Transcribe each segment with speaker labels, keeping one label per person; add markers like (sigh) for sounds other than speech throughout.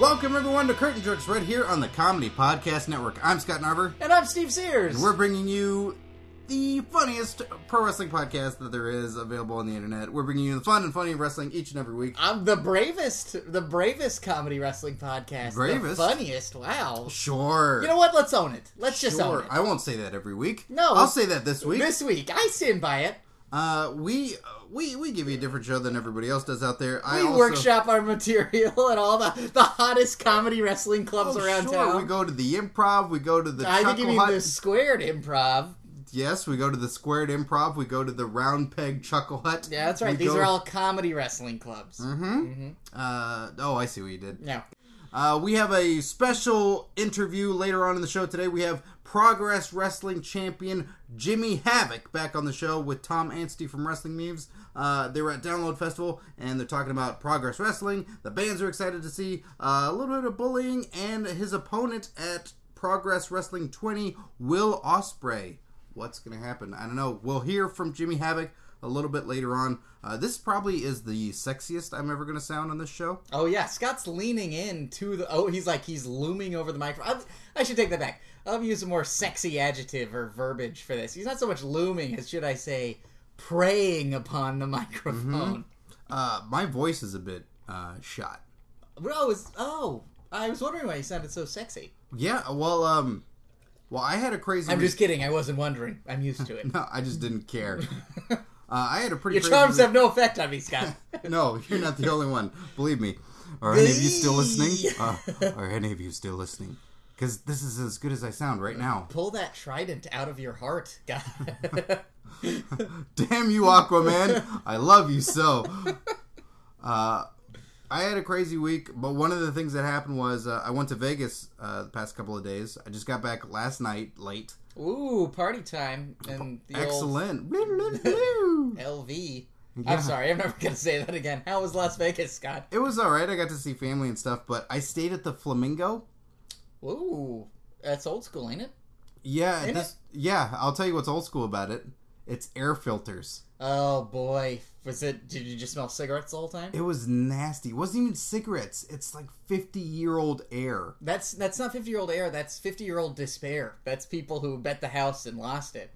Speaker 1: Welcome everyone to Curtain Jerks right here on the Comedy Podcast Network. I'm Scott Narver,
Speaker 2: And I'm Steve Sears.
Speaker 1: and we're bringing you the funniest pro wrestling podcast that there is available on the internet. We're bringing you the fun and funny of wrestling each and every week.
Speaker 2: I'm the bravest, the bravest comedy wrestling podcast. The
Speaker 1: Bravest?
Speaker 2: funniest. Wow.
Speaker 1: Sure.
Speaker 2: You know what? Let's own it. Let's just
Speaker 1: sure.
Speaker 2: own it.
Speaker 1: I won't say that every week.
Speaker 2: No.
Speaker 1: I'll say that this week.
Speaker 2: This week, I stand by it.
Speaker 1: Uh, we we we give you a different show than everybody else does out there. I
Speaker 2: We
Speaker 1: also-
Speaker 2: workshop our material (laughs) at all the, the hottest comedy wrestling clubs
Speaker 1: Oh,
Speaker 2: around
Speaker 1: sure.
Speaker 2: town.
Speaker 1: We go to the improv. We go to the.
Speaker 2: I think you
Speaker 1: Chuckle
Speaker 2: mean
Speaker 1: Hut.
Speaker 2: the squared improv.
Speaker 1: Yes, we go to the squared improv. We go to the round peg chuckle hut.
Speaker 2: Yeah, Mm-hmm. that's right.
Speaker 1: We
Speaker 2: These
Speaker 1: go- Mm-hmm.
Speaker 2: are all comedy wrestling clubs.
Speaker 1: Uh, oh, I see what you did.
Speaker 2: Yeah.
Speaker 1: Uh, we have a special interview later on in the show today. We have Progress Wrestling champion Jimmy Havoc back on the show with Tom Anstey from Wrestling Memes. Uh, they were at Download Festival and they're talking about Progress Wrestling. The bands are excited to see uh, a little bit of bullying and his opponent at Progress Wrestling 20, Will Osprey. What's going to happen? I don't know. We'll hear from Jimmy Havoc a little bit later on. Uh, this probably is the sexiest I'm ever going to sound on this show.
Speaker 2: Oh yeah, Scott's leaning in to the. Oh, he's like he's looming over the microphone. I, I should take that back. I'll use a more sexy adjective or verbiage for this. He's not so much looming as should I say preying upon the (laughs) microphone.
Speaker 1: Uh, my voice is a bit uh, shot.
Speaker 2: Bro, is oh, I was wondering why he sounded so sexy.
Speaker 1: Yeah, well, um, well, I had a crazy.
Speaker 2: I'm
Speaker 1: week-
Speaker 2: just kidding. I wasn't wondering. I'm used to it.
Speaker 1: No, (laughs) I just didn't
Speaker 2: (laughs)
Speaker 1: care. uh, I had a pretty.
Speaker 2: Your
Speaker 1: crazy
Speaker 2: charms
Speaker 1: week-
Speaker 2: have no effect on me, Scott. (laughs)
Speaker 1: No, you're not the only one. Believe me. Are any of you still listening?
Speaker 2: (laughs)
Speaker 1: Uh, are any of you still listening? Because this is as good as I sound right now. (laughs)
Speaker 2: Pull that trident out of your heart, God.
Speaker 1: Damn you, Aquaman! I love you
Speaker 2: (laughs)
Speaker 1: so. Uh, I had a crazy week, but one of the things that happened was uh, I went to Vegas uh, the past couple of days. I just got back last night late.
Speaker 2: (laughs) Ooh, party time and the old
Speaker 1: Excellent.
Speaker 2: LV.
Speaker 1: Yeah.
Speaker 2: I'm sorry, I'm never gonna say that again. How was Las Vegas, Scott?
Speaker 1: It was all right. I got to see family and stuff, but I stayed at the Flamingo.
Speaker 2: Ooh, that's old school, ain't it?
Speaker 1: Yeah,
Speaker 2: Ain't
Speaker 1: this, yeah. I'll tell you what's old school about it. It's air filters.
Speaker 2: Oh boy, was it? Did you just smell cigarettes the whole time?
Speaker 1: It was nasty. It wasn't even cigarettes. It's like fifty-year-old air.
Speaker 2: That's that's not fifty year old air. That's fifty year old despair. That's people who bet the house and lost it.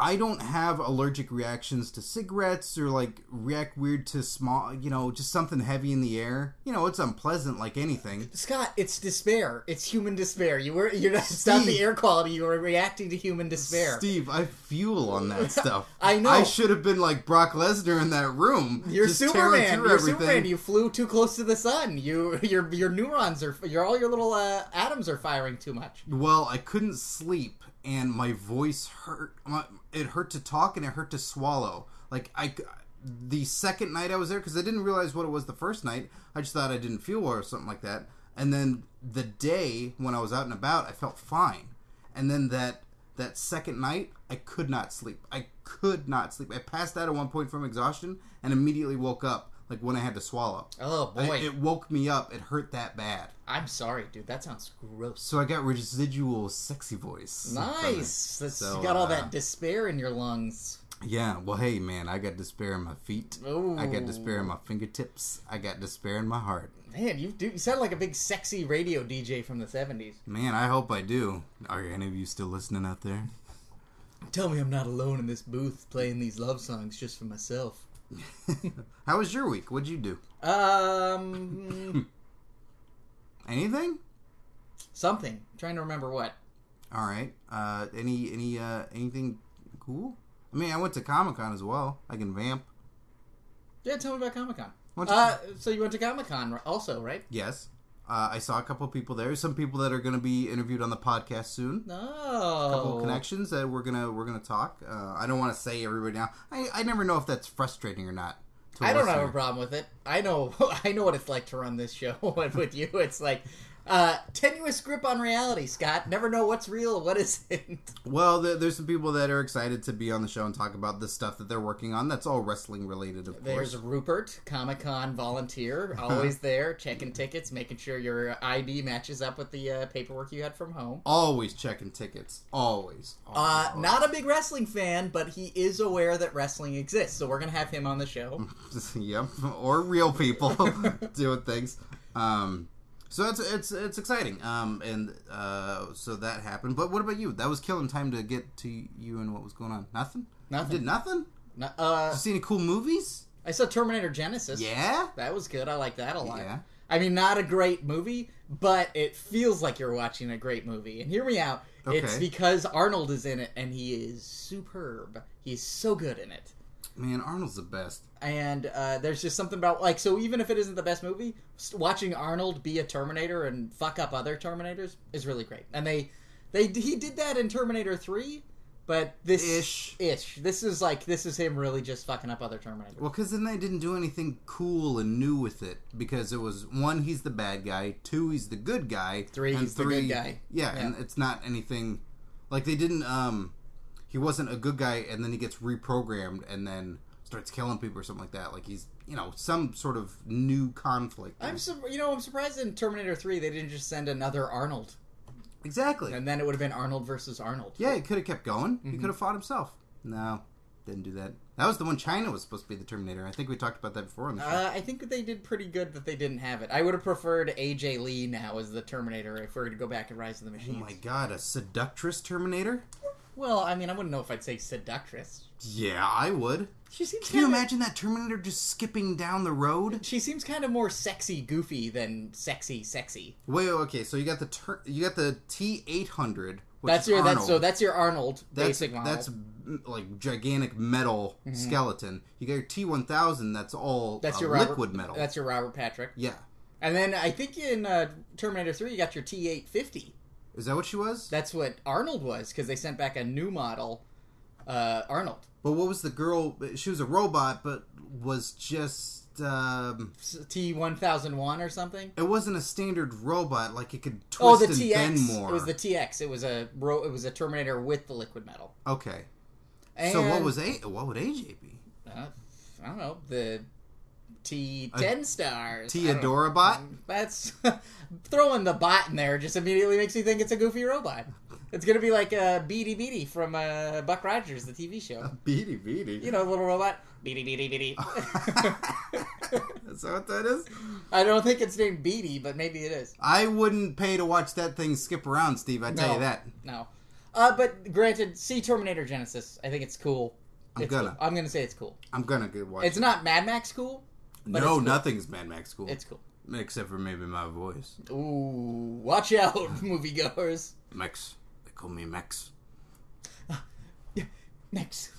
Speaker 1: I don't have allergic reactions to cigarettes or like react weird to small. You know, just something heavy in the air. You know, it's unpleasant like anything.
Speaker 2: Scott, it's despair. It's human despair. You were you're not it's not
Speaker 1: Steve.
Speaker 2: the air quality. You were reacting to human despair.
Speaker 1: Steve, I fuel on
Speaker 2: (laughs)
Speaker 1: that stuff.
Speaker 2: I know.
Speaker 1: I should have been like Brock Lesnar in that room.
Speaker 2: You're
Speaker 1: just tearing
Speaker 2: Superman.
Speaker 1: through
Speaker 2: You're
Speaker 1: everything.
Speaker 2: Superman. You flew too close to the sun. You your your neurons are your all your little uh, atoms are firing too much.
Speaker 1: Well, I couldn't sleep, and my voice hurt. My, it hurt to talk, and it hurt to swallow. Like I, the second night I was there, because I didn't realize what it was the first night. I just thought I didn't feel well or something like that. And then the day when I was out and about, I felt fine. And then that that second night, I could not sleep. I could not sleep. I passed out at one point from exhaustion, and immediately woke up like when I had to swallow.
Speaker 2: Oh
Speaker 1: I-
Speaker 2: boy,
Speaker 1: it woke me up. It hurt that bad.
Speaker 2: I'm sorry, dude. That sounds gross.
Speaker 1: So I got residual sexy voice.
Speaker 2: Nice. That's,
Speaker 1: So,
Speaker 2: you got all
Speaker 1: uh,
Speaker 2: that despair in your lungs.
Speaker 1: Yeah. Well, hey, man, I got despair in my feet. I got
Speaker 2: Ooh.
Speaker 1: despair in my fingertips. I got despair in my heart.
Speaker 2: Man, you do. You sound like a big sexy radio DJ from the '70s.
Speaker 1: Man, I hope I do. Are any of you still listening out there? (laughs)
Speaker 2: Tell me I'm not alone in this booth playing these love songs just for myself.
Speaker 1: How was your week? What'd you do? (laughs)
Speaker 2: Um,
Speaker 1: Anything?
Speaker 2: something. Trying to remember what.
Speaker 1: All right. Uh, any any uh anything cool? I mean, I went to Comic Con as well. I can vamp.
Speaker 2: Yeah, tell me about Comic Con.
Speaker 1: What's-
Speaker 2: Uh, so you went to Comic Con also, right?
Speaker 1: Yes. Uh, I saw a couple people there. Some people that are going to be interviewed on the podcast soon.
Speaker 2: No.
Speaker 1: couple connections that we're gonna we're gonna talk. Uh, I don't want to say everybody now. I, I never know if that's frustrating or not. to a
Speaker 2: I don't have a
Speaker 1: listener.
Speaker 2: problem with it. I know (laughs) I know what it's like to run this show (laughs) and with you. It's like uh tenuous grip on reality, Scott. Never know what's real, what isn't.
Speaker 1: Well, there, there's some people that are excited to be on the show and talk about the stuff that they're working on. That's all wrestling related, of
Speaker 2: There's
Speaker 1: course.
Speaker 2: Rupert, Comic Con
Speaker 1: (laughs)
Speaker 2: volunteer, always there, checking tickets, making sure your ID matches up with the uh, paperwork you had from home.
Speaker 1: Always checking tickets. Always.
Speaker 2: Uh,
Speaker 1: Always,
Speaker 2: not a big wrestling fan, but he is aware that wrestling exists, so we're gonna have
Speaker 1: (laughs)
Speaker 2: him on the show.
Speaker 1: always. yep. Or real people doing things. Um, So that's it's it's exciting. Um, and uh, so that happened. But what about you? That was killing time to get to you and what was going on. Nothing.
Speaker 2: Nothing.
Speaker 1: You did nothing.
Speaker 2: No- uh,
Speaker 1: You see any cool movies?
Speaker 2: I saw Terminator Genesis.
Speaker 1: Yeah.
Speaker 2: That was good. I like that a lot.
Speaker 1: Yeah.
Speaker 2: I mean, not a great movie, but it feels like you're watching a great movie. And hear me out. It's
Speaker 1: Okay.
Speaker 2: because Arnold is in it, and he is superb. He's so good in it.
Speaker 1: Man, Arnold's the best.
Speaker 2: And uh, there's just something about like so. Even if it isn't the best movie, s- watching Arnold be a Terminator and fuck up other Terminators is really great. And they, they he did that in Terminator Three, but this
Speaker 1: Ish.
Speaker 2: ish. This is like this is him really just fucking up other Terminators.
Speaker 1: Well, because then they didn't do anything cool and new with it because it was one, he's the bad guy, two, he's the good guy,
Speaker 2: Three,
Speaker 1: and
Speaker 2: he's the good guy.
Speaker 1: Yeah, and
Speaker 2: Yeah.
Speaker 1: it's not anything like they didn't. Um, he wasn't a good guy, and then he gets reprogrammed and then starts killing people or something like that. Like he's you know some sort of new conflict.
Speaker 2: I'm sur- you know I'm surprised in Terminator Three they didn't just send another Arnold,
Speaker 1: exactly.
Speaker 2: and then it would have been Arnold versus Arnold.
Speaker 1: yeah, he could have kept going. He
Speaker 2: Mm-hmm.
Speaker 1: could have fought himself. No, didn't do that. That was the one China was supposed to be the Terminator. I think we talked about that before on the show.
Speaker 2: Uh, I think that they did pretty good that they didn't have it. I would have preferred AJ Lee now as the Terminator if we are going to go back and Rise of the
Speaker 1: oh
Speaker 2: Machines.
Speaker 1: my god, a seductress Terminator?
Speaker 2: Well, I mean, I wouldn't know if I'd say seductress.
Speaker 1: Yeah, I would.
Speaker 2: She seems
Speaker 1: Can you
Speaker 2: kind of
Speaker 1: imagine that Terminator just skipping down the road?
Speaker 2: she seems kind of more sexy, goofy than sexy, sexy.
Speaker 1: Wait, wait, okay. So you got the ter- you got the T eight hundred.
Speaker 2: That's your
Speaker 1: Arnold.
Speaker 2: that's so that's your Arnold
Speaker 1: that's
Speaker 2: basic model. Mm-hmm.
Speaker 1: that's mm, like gigantic metal skeleton. You got your T one thousand. That's all.
Speaker 2: That's
Speaker 1: uh,
Speaker 2: your Robert,
Speaker 1: liquid metal.
Speaker 2: That's your Robert Patrick.
Speaker 1: yeah.
Speaker 2: And then I think in uh, Terminator Three you got your T eight fifty.
Speaker 1: Is that what she was?
Speaker 2: That's what Arnold was because they sent back a new model, uh, Arnold.
Speaker 1: but what was the girl? She was a robot, but was just. Um,
Speaker 2: T one thousand one or something.
Speaker 1: it wasn't a standard robot. Like it could twist
Speaker 2: Oh, the
Speaker 1: and bend
Speaker 2: TX.
Speaker 1: more.
Speaker 2: It was the TX. It was a ro- it was a Terminator with the liquid metal.
Speaker 1: okay. so what
Speaker 2: And-
Speaker 1: was a? What would AJ be?
Speaker 2: Uh, I don't know the T ten stars. I don't know. Mm,
Speaker 1: Teodora bot.
Speaker 2: (laughs) That's throwing the bot in there just immediately makes you think it's a goofy robot. It's gonna be like uh, Beady Beady from uh, Buck Rogers, the
Speaker 1: (laughs)
Speaker 2: TV show.
Speaker 1: Beady beady.
Speaker 2: You know, the little robot. Beady Beady Beady.
Speaker 1: (laughs)
Speaker 2: (laughs)
Speaker 1: Is that what that is?
Speaker 2: I don't think it's named Beady, but maybe it is.
Speaker 1: I wouldn't pay to watch that thing skip around, Steve. I tell
Speaker 2: no,
Speaker 1: you that.
Speaker 2: No. Uh, but granted, see Terminator Genesis. I think it's cool.
Speaker 1: I'm
Speaker 2: It's
Speaker 1: gonna.
Speaker 2: cool. I'm gonna say it's cool.
Speaker 1: I'm gonna go watch.
Speaker 2: It's
Speaker 1: it.
Speaker 2: not Mad Max cool.
Speaker 1: no,
Speaker 2: but it's cool.
Speaker 1: nothing's Mad Max cool.
Speaker 2: It's cool.
Speaker 1: except for maybe my voice.
Speaker 2: Ooh, watch out, (laughs) moviegoers.
Speaker 1: Max. They call me Max.
Speaker 2: Max.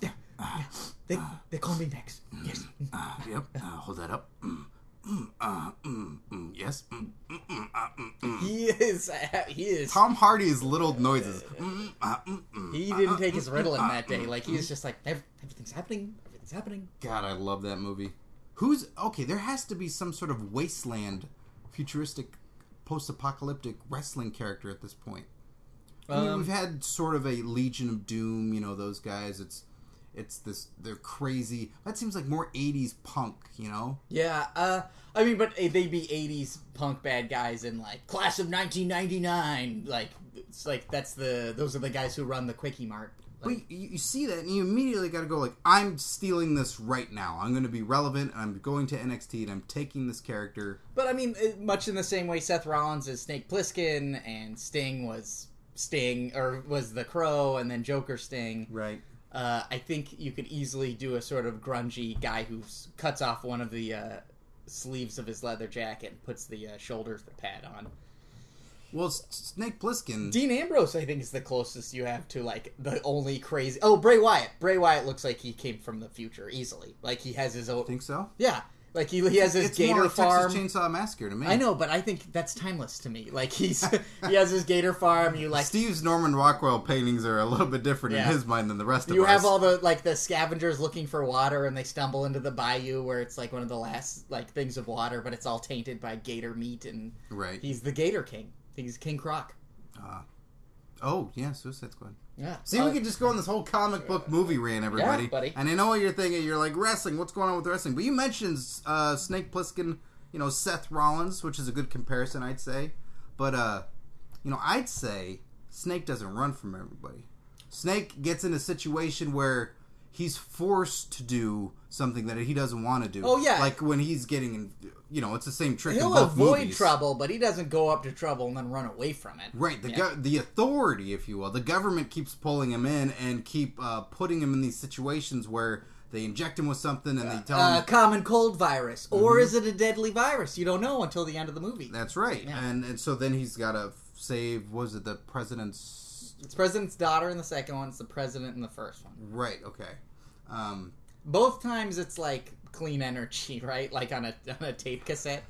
Speaker 2: Yeah. yeah. They, they call me Max. Yes.
Speaker 1: Uh, Ah, yep. Uh, hold that up. Mm, mm, uh, mm, mm, yes. Mm, mm, mm, uh, mm, mm.
Speaker 2: He is. He is.
Speaker 1: Tom Hardy's little noises. Mm, uh, mm, mm.
Speaker 2: He didn't take his Ritalin that
Speaker 1: (laughs)
Speaker 2: day. Like he was just like "Ev- everything's happening. Everything's happening.
Speaker 1: God, I love that movie. Who's okay? There has to be some sort of wasteland, futuristic, post-apocalyptic wrestling character at this point. I mean,
Speaker 2: Um,
Speaker 1: we've had sort of a Legion of Doom, you know, those guys. It's it's this they're crazy. That seems like more '80s punk, you know.
Speaker 2: Yeah. Uh. I mean, but eh, they'd be '80s punk bad guys in like Class of 1999. Like it's like that's the those are the guys who run the Quickie Mart.
Speaker 1: But
Speaker 2: Like,
Speaker 1: you, you see that, and you immediately got to go like, I'm stealing this right now. I'm going to be relevant. And I'm going to NXT, and I'm taking this character.
Speaker 2: but I mean, eh, much in the same way Seth Rollins is Snake Plissken and Sting was Sting or was the Crow and then Joker Sting.
Speaker 1: Right.
Speaker 2: uh, I think you could easily do a sort of grungy guy who s- cuts off one of the uh, sleeves of his leather jacket and puts the uh, shoulder pad on.
Speaker 1: Well, S- Snake Plissken.
Speaker 2: Dean Ambrose, I think, is the closest you have to like the only crazy. Oh, Bray Wyatt. Bray Wyatt looks like he came from the future easily. Like he has his own.
Speaker 1: think so?
Speaker 2: Yeah, like he he has his
Speaker 1: It's
Speaker 2: gator
Speaker 1: more like
Speaker 2: farm.
Speaker 1: Texas Chainsaw Massacre to me.
Speaker 2: I know, but I think that's timeless to me.
Speaker 1: (laughs)
Speaker 2: Like he's he has his gator farm. You like
Speaker 1: Steve's Norman Rockwell paintings are a little bit different
Speaker 2: Yeah.
Speaker 1: in his mind than the rest of
Speaker 2: You
Speaker 1: ours.
Speaker 2: have all the like the scavengers looking for water, and they stumble into the bayou where it's like one of the last like things of water, but it's all tainted by gator meat, and
Speaker 1: right.
Speaker 2: he's the Gator King. He's King Croc.
Speaker 1: oh yeah, Suicide Squad.
Speaker 2: Yeah. Uh,
Speaker 1: See, we could just go on this whole comic book movie rant, everybody.
Speaker 2: Oh. Yeah, buddy.
Speaker 1: And I know what you're thinking. You're like wrestling. What's going on with wrestling? But you mentioned uh, Snake Plissken, you know Seth Rollins, which is a good comparison, I'd say. But uh, you know, I'd say Snake doesn't run from everybody. Snake gets in a situation where he's forced to do something that he doesn't want to do.
Speaker 2: Oh, yeah.
Speaker 1: like when he's getting, in, you know, it's the same trick. in
Speaker 2: He'll
Speaker 1: both
Speaker 2: avoid
Speaker 1: movies.
Speaker 2: trouble, but he doesn't go up to trouble and then run away from it.
Speaker 1: Right, the
Speaker 2: Yeah.
Speaker 1: go- the authority, if you will, the government keeps pulling him in and keep uh, putting him in these situations where they inject him with something and they tell
Speaker 2: uh,
Speaker 1: him
Speaker 2: common cold virus,
Speaker 1: mm-hmm.
Speaker 2: or is it a deadly virus? You don't know until the end of the movie.
Speaker 1: that's right,
Speaker 2: Yeah.
Speaker 1: and and so then he's got to save. what Was it the president's?
Speaker 2: It's president's daughter in the second one. It's the president in the first one.
Speaker 1: Right, okay. Um, (laughs)
Speaker 2: Both times it's like clean energy, (laughs) right? Like on a on a tape cassette.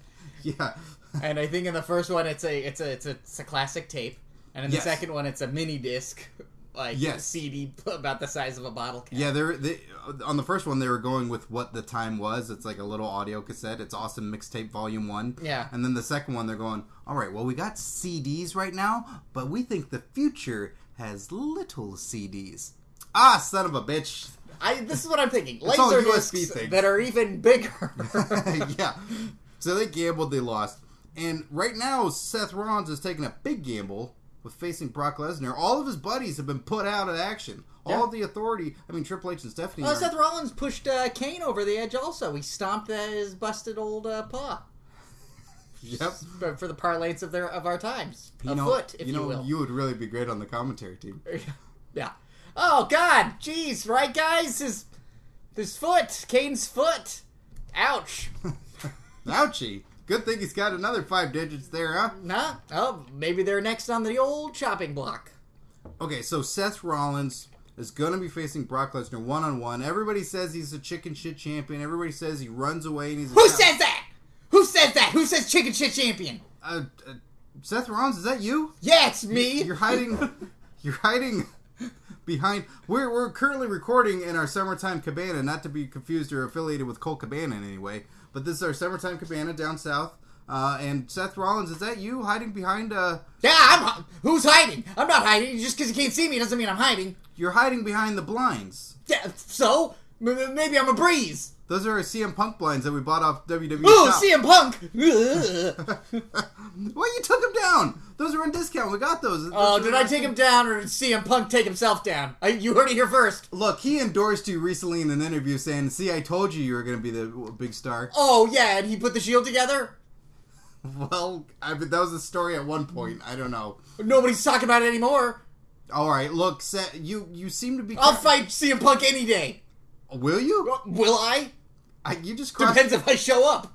Speaker 1: yeah, (laughs)
Speaker 2: and I think in the first one it's a it's a it's a, it's a classic tape, and in
Speaker 1: Yes.
Speaker 2: the second one it's a mini disc, (laughs) like
Speaker 1: Yes.
Speaker 2: CD (laughs) about the size of a bottle cap.
Speaker 1: yeah. They're they, on the first one. They were going with what the time was. It's like a little audio cassette. It's awesome mixtape volume one.
Speaker 2: Yeah.
Speaker 1: And then the second one, they're going, all right, well, we got CDs right now, but we think the future has little CDs. Ah, son of a bitch. (laughs)
Speaker 2: I this is what I'm thinking.
Speaker 1: all
Speaker 2: Laser
Speaker 1: USB
Speaker 2: discs
Speaker 1: things.
Speaker 2: that are
Speaker 1: (laughs)
Speaker 2: even bigger. (laughs)
Speaker 1: yeah. So they gambled, they lost. And right now, Seth Rollins is taking a big gamble with facing Brock Lesnar. All of his buddies have been put out of action. All
Speaker 2: Yeah.
Speaker 1: of the authority, I mean, Triple H and Stephanie.
Speaker 2: Well,
Speaker 1: are-
Speaker 2: Seth Rollins pushed uh, Kane over the edge. Also, he stomped uh, his busted old uh, paw.
Speaker 1: Yep.
Speaker 2: For- For the parlance of their of our times, a
Speaker 1: know,
Speaker 2: foot, if you,
Speaker 1: know,
Speaker 2: will.
Speaker 1: would really be great on the commentary team.
Speaker 2: (laughs) yeah. Oh God, jeez, right, guys? His his foot, Kane's foot.
Speaker 1: (laughs)
Speaker 2: Ouch.
Speaker 1: Ouchie. Good thing he's got another five digits there, huh?
Speaker 2: Nah. Oh, maybe they're next on the old chopping block.
Speaker 1: Okay, so Seth Rollins is going to be facing Brock Lesnar one on one. Everybody says he's a chicken shit champion. Everybody says he runs away and he's a
Speaker 2: Who
Speaker 1: coward.
Speaker 2: says that? Who says that? Who says chicken shit champion?
Speaker 1: Uh, uh, Seth Rollins, is that you?
Speaker 2: Yeah, it's me.
Speaker 1: You're
Speaker 2: (laughs)
Speaker 1: hiding. you're hiding behind. We're we're currently recording in our summertime cabana, not to be confused or affiliated with Cole Cabana in any way. But this is our summertime cabana down south. Uh, and Seth Rollins, is that you hiding behind? Uh,
Speaker 2: yeah, I'm. Who's hiding? I'm not hiding. Just because you can't see me doesn't mean I'm hiding.
Speaker 1: you're hiding behind the blinds.
Speaker 2: Yeah. So M- m- maybe I'm a breeze.
Speaker 1: Those are our CM Punk blinds that we bought off WWE.
Speaker 2: Ooh,
Speaker 1: shop.
Speaker 2: CM Punk. Ugh.
Speaker 1: (laughs) Well, you took him down. Those are on discount. We got those.
Speaker 2: (laughs) oh,
Speaker 1: Those
Speaker 2: did
Speaker 1: are-
Speaker 2: I take him down or did CM Punk take himself down? I, you heard it here first.
Speaker 1: Look, he endorsed you recently in an interview saying, "See, I told you you were going to be the big star."
Speaker 2: Oh yeah, and he put the shield together.
Speaker 1: (laughs) Well, I mean, that was a story at one point. I don't know.
Speaker 2: Nobody's talking about it anymore.
Speaker 1: All right, look, Seth, you you seem to be.
Speaker 2: I'll fight CM Punk any day.
Speaker 1: Will you?
Speaker 2: Will I?
Speaker 1: I, you just crossed.
Speaker 2: Depends if I show up.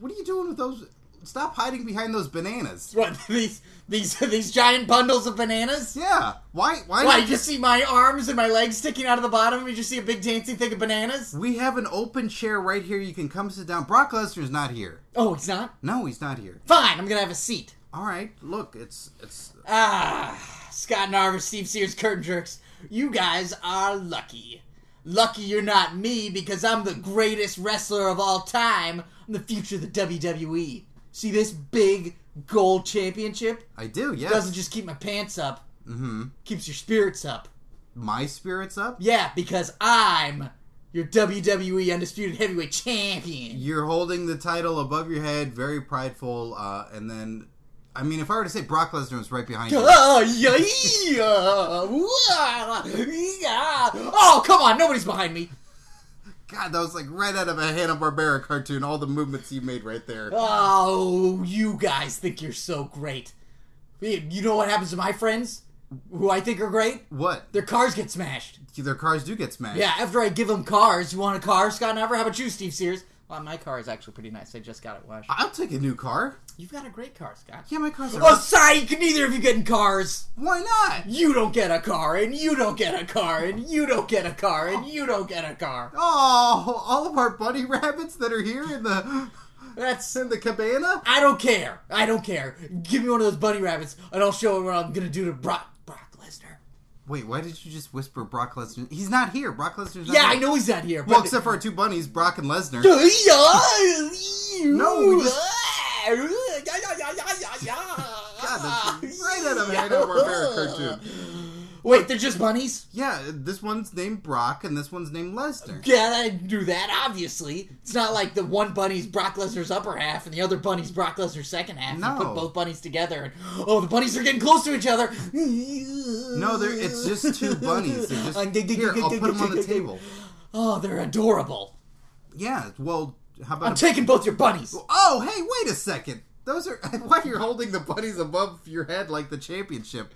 Speaker 1: What are you doing with those? Stop hiding behind those bananas.
Speaker 2: What (laughs) these these these giant bundles of bananas?
Speaker 1: (laughs) Yeah. Why? Why?
Speaker 2: Why
Speaker 1: not
Speaker 2: you just see my arms and my legs sticking out of the bottom? You just see a big dancing thing of bananas?
Speaker 1: We have an open chair right here. You can come sit down. Brock Lesnar's not here.
Speaker 2: Oh, it's not.
Speaker 1: No, he's not here.
Speaker 2: Fine, I'm gonna have a seat.
Speaker 1: All right. Look, it's it's
Speaker 2: Ah, Scott Narver, Steve Sears, Curtain Jerks, you guys are lucky. Lucky you're not me because I'm the greatest wrestler of all time. I'm the future of the WWE. See this big gold championship?
Speaker 1: I do. Yes.
Speaker 2: Doesn't just keep my pants up. Mm-hmm. Keeps your spirits up.
Speaker 1: My spirits up.
Speaker 2: Yeah, because I'm your WWE Undisputed Heavyweight (laughs) Champion.
Speaker 1: You're holding the title above your head, very prideful. Uh, and then, I mean, if I were to say Brock Lesnar was right behind
Speaker 2: (laughs)
Speaker 1: you,
Speaker 2: Ah, yeah, yeah, wah, yeah. Oh, come on, nobody's behind me.
Speaker 1: God, that was like right out of a Hanna Barbera cartoon. All the movements you made right there.
Speaker 2: Oh, you guys think you're so great. You you know what happens to my friends who I think are great?
Speaker 1: What?
Speaker 2: Their cars get smashed.
Speaker 1: Their cars do get smashed.
Speaker 2: Yeah, after I give them cars, you want a car, Scott Never? How about you, Steve Sears? Well, my car is actually pretty nice. I just got it washed.
Speaker 1: I'll take a new car.
Speaker 2: You've got a great car, Scott.
Speaker 1: Yeah, my car's.
Speaker 2: Oh, psych! Neither of you get in cars.
Speaker 1: (laughs) Why not?
Speaker 2: You don't get a car, and you don't get a car, and you don't get a car, and you don't get a car.
Speaker 1: Oh, all of our bunny (laughs) rabbits that are here in the
Speaker 2: That's
Speaker 1: in the cabana.
Speaker 2: I don't care. I don't care. Give me one of those bunny rabbits, and I'll show him what I'm gonna do to Brock Brock Lesnar.
Speaker 1: Wait, why did you just whisper Brock Lesnar? He's not here. Brock Lesnar's. Not
Speaker 2: Yeah, I
Speaker 1: here.
Speaker 2: know he's not here. But
Speaker 1: Well, except
Speaker 2: (laughs)
Speaker 1: for our two bunnies, Brock and Lesnar. No, we
Speaker 2: God,
Speaker 1: Ah,
Speaker 2: Ah, (laughs)
Speaker 1: that's right out of a Hanna-Barbera cartoon.
Speaker 2: Wait, they're just bunnies?
Speaker 1: Yeah, this one's named Brock and this one's named Lesnar.
Speaker 2: Yeah, I knew that, obviously. It's not like the one bunny's Brock Lesnar's upper half and the other bunny's Brock Lesnar's second half.
Speaker 1: No.
Speaker 2: You put both bunnies together and, oh, the bunnies are getting close to each other.
Speaker 1: No,
Speaker 2: No,
Speaker 1: they're, it's just two bunnies. They're just,
Speaker 2: (laughs)
Speaker 1: here, I'll put them on the table.
Speaker 2: Oh, they're adorable.
Speaker 1: Yeah, well, how
Speaker 2: I'm
Speaker 1: about... a-
Speaker 2: taking both your bunnies.
Speaker 1: oh, hey, wait a second. Those are... (laughs) Why you're holding the bunnies above your head like the championship?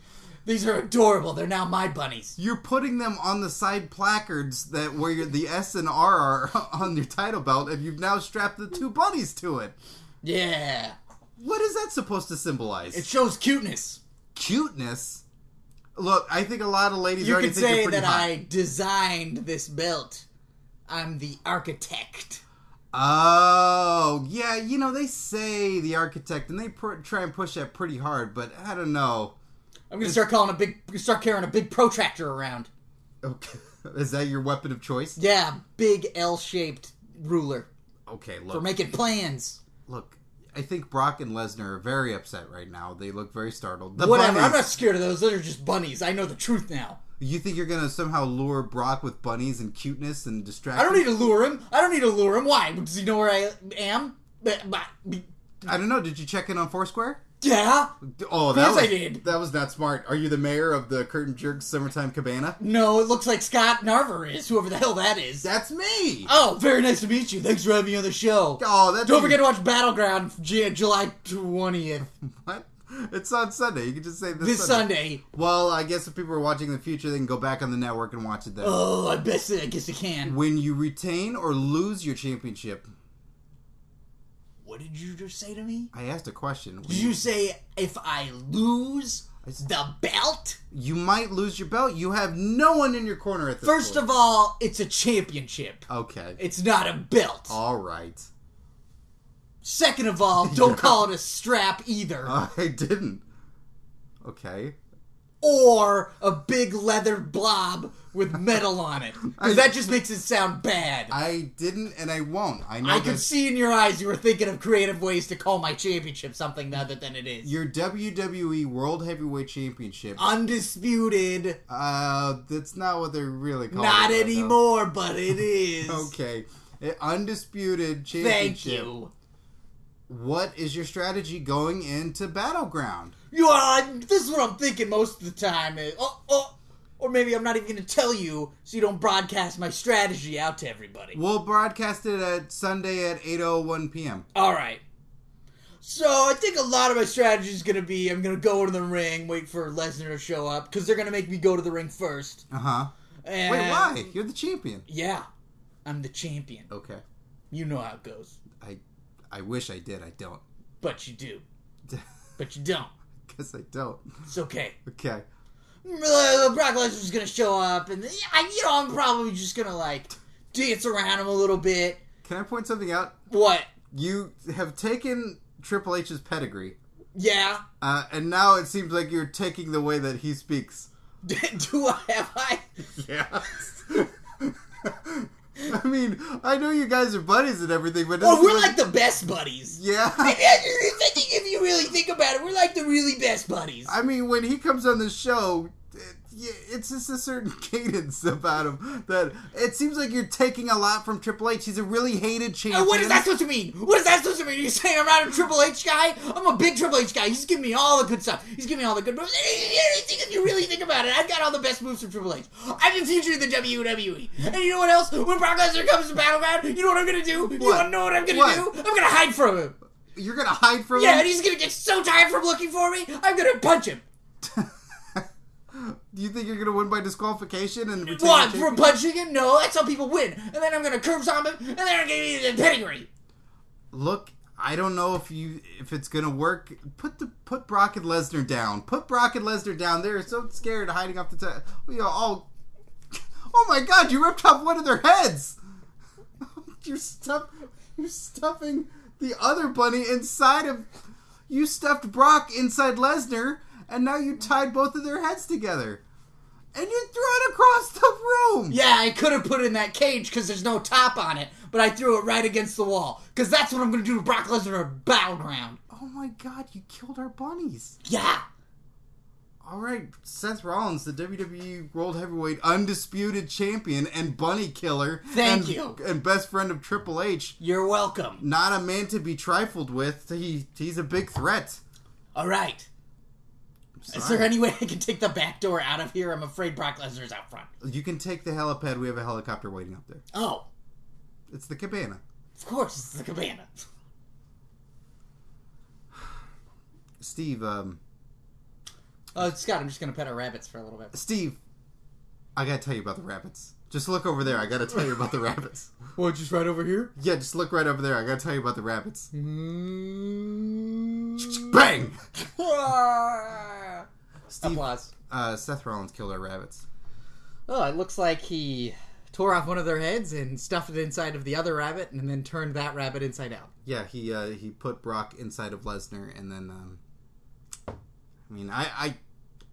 Speaker 2: These are adorable. They're now my bunnies.
Speaker 1: You're putting them on the side placards that where your- the S and R are (laughs) on your title belt, and you've now strapped the two bunnies to it.
Speaker 2: Yeah.
Speaker 1: What is that supposed to symbolize?
Speaker 2: It shows cuteness.
Speaker 1: cuteness. Look, I think a lot of ladies
Speaker 2: You
Speaker 1: already
Speaker 2: could
Speaker 1: think
Speaker 2: say
Speaker 1: you're pretty
Speaker 2: that
Speaker 1: hot.
Speaker 2: I designed this belt. I'm the architect.
Speaker 1: Oh, yeah, you know they say the architect, and they pr- try and push that pretty hard, but I don't know.
Speaker 2: I'm gonna start calling a big, start carrying a big protractor around.
Speaker 1: Okay, (laughs) is that your weapon of choice?
Speaker 2: Yeah, big L-shaped ruler
Speaker 1: Okay,
Speaker 2: for
Speaker 1: look,
Speaker 2: making plans.
Speaker 1: look. I think Brock and Lesnar are very upset right now. They look very startled. The
Speaker 2: Whatever.
Speaker 1: bunnies.
Speaker 2: I'm not scared of those. Those are just bunnies. I know the truth now.
Speaker 1: You think you're gonna somehow lure Brock with bunnies and cuteness and distract?
Speaker 2: I don't
Speaker 1: him?
Speaker 2: need to lure him. I don't need to lure him. Why? Does he know where I am? But, but,
Speaker 1: I don't know. Did you check in on Foursquare?
Speaker 2: yeah.
Speaker 1: Oh, that
Speaker 2: course I
Speaker 1: was
Speaker 2: did.
Speaker 1: that was not smart. Are you the mayor of the Curtain Jerks Summertime Cabana?
Speaker 2: No, it looks like Scott Narver is whoever the hell that is.
Speaker 1: That's me.
Speaker 2: Oh, very nice to meet you. Thanks for having me on the show.
Speaker 1: Oh, that's
Speaker 2: Don't forget to watch Battleground J- July 20th
Speaker 1: (laughs) what? It's on Sunday. You can just say this,
Speaker 2: this
Speaker 1: Sunday.
Speaker 2: Sunday.
Speaker 1: Well, I guess if people are watching in the future, they can go back on the network and watch it then.
Speaker 2: Oh, I best I guess I can.
Speaker 1: When you retain or lose your championship,
Speaker 2: What did you just say to me?
Speaker 1: I asked a question. When
Speaker 2: Did you say if I lose the belt?
Speaker 1: you might lose your belt. You have no one in your corner at this
Speaker 2: First of all, it's a championship.
Speaker 1: all, okay,
Speaker 2: It's not a belt.
Speaker 1: all right. (laughs)
Speaker 2: Second of all, (laughs) don't call it a strap either.
Speaker 1: I didn't. Okay.
Speaker 2: or a big leather blob with metal on (laughs) it. 'Cause that just makes it sound bad. I,
Speaker 1: I didn't and I won't. I know
Speaker 2: could
Speaker 1: that
Speaker 2: see in your eyes you were thinking of creative ways to call my championship something other than it is.
Speaker 1: your WWE World Heavyweight Championship.
Speaker 2: Uh, Undisputed.
Speaker 1: Uh, that's not what they're really calling
Speaker 2: Not
Speaker 1: it. right now.
Speaker 2: anymore, but (laughs) it is.
Speaker 1: Okay. Uh, Undisputed Championship.
Speaker 2: Thank you.
Speaker 1: What is your strategy going into Battleground?
Speaker 2: You are. This is what I'm thinking most of the time. Is, oh, oh, or maybe I'm not even going to tell you, so you don't broadcast my strategy out to everybody.
Speaker 1: We'll broadcast it at Sunday at 8:01 p.m.
Speaker 2: All right. So I think a lot of my strategy is going to be I'm going to go into the ring, wait for Lesnar to show up because they're going to make me go to the ring first.
Speaker 1: Uh huh.
Speaker 2: And
Speaker 1: Wait, why? You're the champion.
Speaker 2: Yeah, I'm the champion.
Speaker 1: Okay.
Speaker 2: You know how it goes,
Speaker 1: I, I wish I did. I don't. (laughs)
Speaker 2: but you do, but you don't.
Speaker 1: Guess I don't.
Speaker 2: It's okay.
Speaker 1: Okay.
Speaker 2: Uh, Brock Lesnar's going to show up, and I, you know I'm probably just going to like dance around him a little bit.
Speaker 1: Can I point something out?
Speaker 2: What?
Speaker 1: You have taken Triple H's pedigree,
Speaker 2: Yeah. (laughs)
Speaker 1: uh, and now it seems like you're taking the way that he speaks.
Speaker 2: do I have I?
Speaker 1: Yeah. (laughs) I mean, I know you guys are buddies and everything, but
Speaker 2: Well,
Speaker 1: doesn't
Speaker 2: we're
Speaker 1: it-
Speaker 2: like the best buddies.
Speaker 1: (laughs)
Speaker 2: (laughs)
Speaker 1: yeah.
Speaker 2: Yeah, you're thinking if you really think about it, we're like the really best buddies.
Speaker 1: I mean, when he comes on the show, it, yeah, it's just a certain (laughs) cadence about him that it seems like you're taking a lot from Triple H. He's a really hated champion.
Speaker 2: And what is that supposed to mean? What is that supposed to mean? You're saying I'm not a Triple H guy? I'm a big Triple H guy. He's giving me all the good stuff. He's giving me all the good moves. If you really think about it, I've got all the best moves from Triple H. I'm the future of the WWE. And you know what else? When Brock Lesnar comes to Battleground, you know what I'm gonna do? You
Speaker 1: What?
Speaker 2: wanna know what I'm gonna
Speaker 1: What?
Speaker 2: do? I'm gonna hide from him.
Speaker 1: You're gonna hide from
Speaker 2: Yeah, and
Speaker 1: him.
Speaker 2: he's gonna get so tired from looking for me, I'm gonna punch him.
Speaker 1: (laughs) Do you think you're gonna win by disqualification and retain
Speaker 2: What?
Speaker 1: the champion?
Speaker 2: From punching him? No, that's how people win. And then I'm gonna curb stomp him, and then I'm gonna give him the pedigree.
Speaker 1: Look, I don't know if you if it's gonna work. Put the put Brock and Lesnar down. Put Brock and Lesnar down. They're so scared of hiding off the top. You know, all. (laughs) Oh my God! You ripped off one of their heads. (laughs) you're stuff. You're stuffing the other bunny inside of. You stuffed Brock inside Lesnar, and now you tied both of their heads together, and you threw it across the room.
Speaker 2: Yeah, I could have put it in that cage because there's no top on it, but I threw it right against the wall because that's what I'm going to do to Brock Lesnar at Battleground.
Speaker 1: Oh my God! You killed our bunnies.
Speaker 2: Yeah.
Speaker 1: All right, Seth Rollins, the WWE World Heavyweight Undisputed Champion and Bunny Killer.
Speaker 2: Thank
Speaker 1: and,
Speaker 2: you.
Speaker 1: And best friend of Triple H.
Speaker 2: You're welcome.
Speaker 1: Not a man to be trifled with. He he's a big threat.
Speaker 2: All right. Is
Speaker 1: Sorry.
Speaker 2: there any way I can take the back door out of here? I'm afraid Brock Lesnar's out front.
Speaker 1: You can take the helipad. We have a helicopter waiting up there.
Speaker 2: Oh,
Speaker 1: It's the cabana.
Speaker 2: of course, it's the cabana.
Speaker 1: Steve, um,
Speaker 2: Oh, Scott, I'm just gonna pet our rabbits for a little bit.
Speaker 1: Steve, I gotta tell you about the rabbits. Just look over there. I gotta tell you about the rabbits.
Speaker 2: Well, just right over here.
Speaker 1: Yeah, just look right over there. I gotta tell you about the rabbits.
Speaker 2: Mm.
Speaker 1: Bang!
Speaker 2: (laughs)
Speaker 1: Steve,
Speaker 2: (laughs) Applause.
Speaker 1: uh, Seth Rollins killed our rabbits.
Speaker 2: Oh, it looks like he tore off one of their heads and stuffed it inside of the other rabbit, and then turned that rabbit inside out.
Speaker 1: Yeah, he uh, he put Brock inside of Lesnar, and then um, I mean, I, I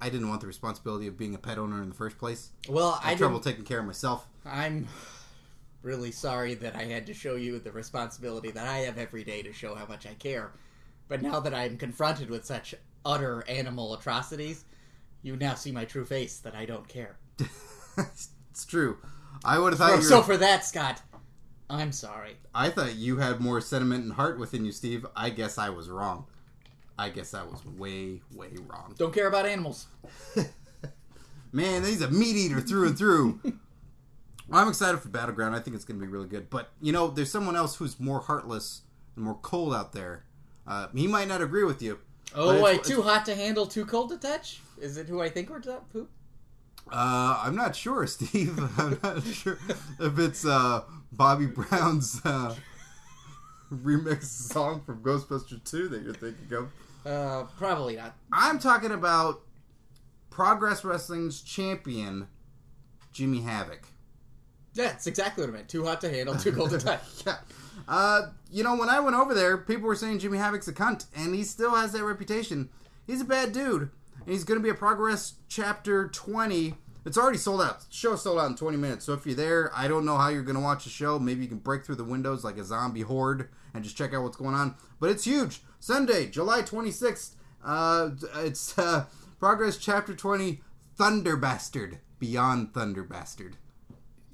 Speaker 1: I didn't want the responsibility of being a pet owner in the first place.
Speaker 2: Well,
Speaker 1: I
Speaker 2: I
Speaker 1: had trouble
Speaker 2: didn't,
Speaker 1: taking care of myself. (laughs)
Speaker 2: I'm really sorry that I had to show you the responsibility that I have every day to show how much I care. But now that I'm confronted with such utter animal atrocities, you now see my true face that I don't care.
Speaker 1: it's true. I would have thought
Speaker 2: Oh,
Speaker 1: you.
Speaker 2: so
Speaker 1: were-
Speaker 2: for that, Scott, I'm sorry.
Speaker 1: I thought you had more sentiment and heart within you, Steve. I guess I was wrong. I guess I was way, way wrong.
Speaker 2: Don't care about animals.
Speaker 1: Man, he's a meat eater through and through. (laughs) I'm excited for Battleground. I think it's going to be really good. But, you know, there's someone else who's more heartless and more cold out there. Uh, he might not agree with you. But
Speaker 2: Oh
Speaker 1: it's-
Speaker 2: wait,
Speaker 1: it's-
Speaker 2: too hot to handle, too cold to touch. Is it who I think we're talking? Who?
Speaker 1: Uh, I'm not sure, (laughs) Steve. I'm not sure if it's uh, Bobby Brown's uh, (laughs) remix song from Ghostbusters 2 that you're thinking of.
Speaker 2: Uh, probably not.
Speaker 1: I'm talking about Progress Wrestling's champion, Jimmy Havoc.
Speaker 2: That's exactly what I meant. Too hot to handle, too
Speaker 1: (laughs)
Speaker 2: cold to touch.
Speaker 1: Yeah. Uh, you know, when I went over there, people were saying Jimmy Havoc's a cunt, and he still has that reputation. He's a bad dude, and he's going to be a Progress Chapter 20. It's already sold out. The show's sold out in 20 minutes, so if you're there, I don't know how you're going to watch the show. Maybe you can break through the windows like a zombie horde and just check out what's going on. But it's huge. Sunday, July 26th. Uh, it's uh, Progress Chapter 20 Thunder Bastard. Beyond Thunder Bastard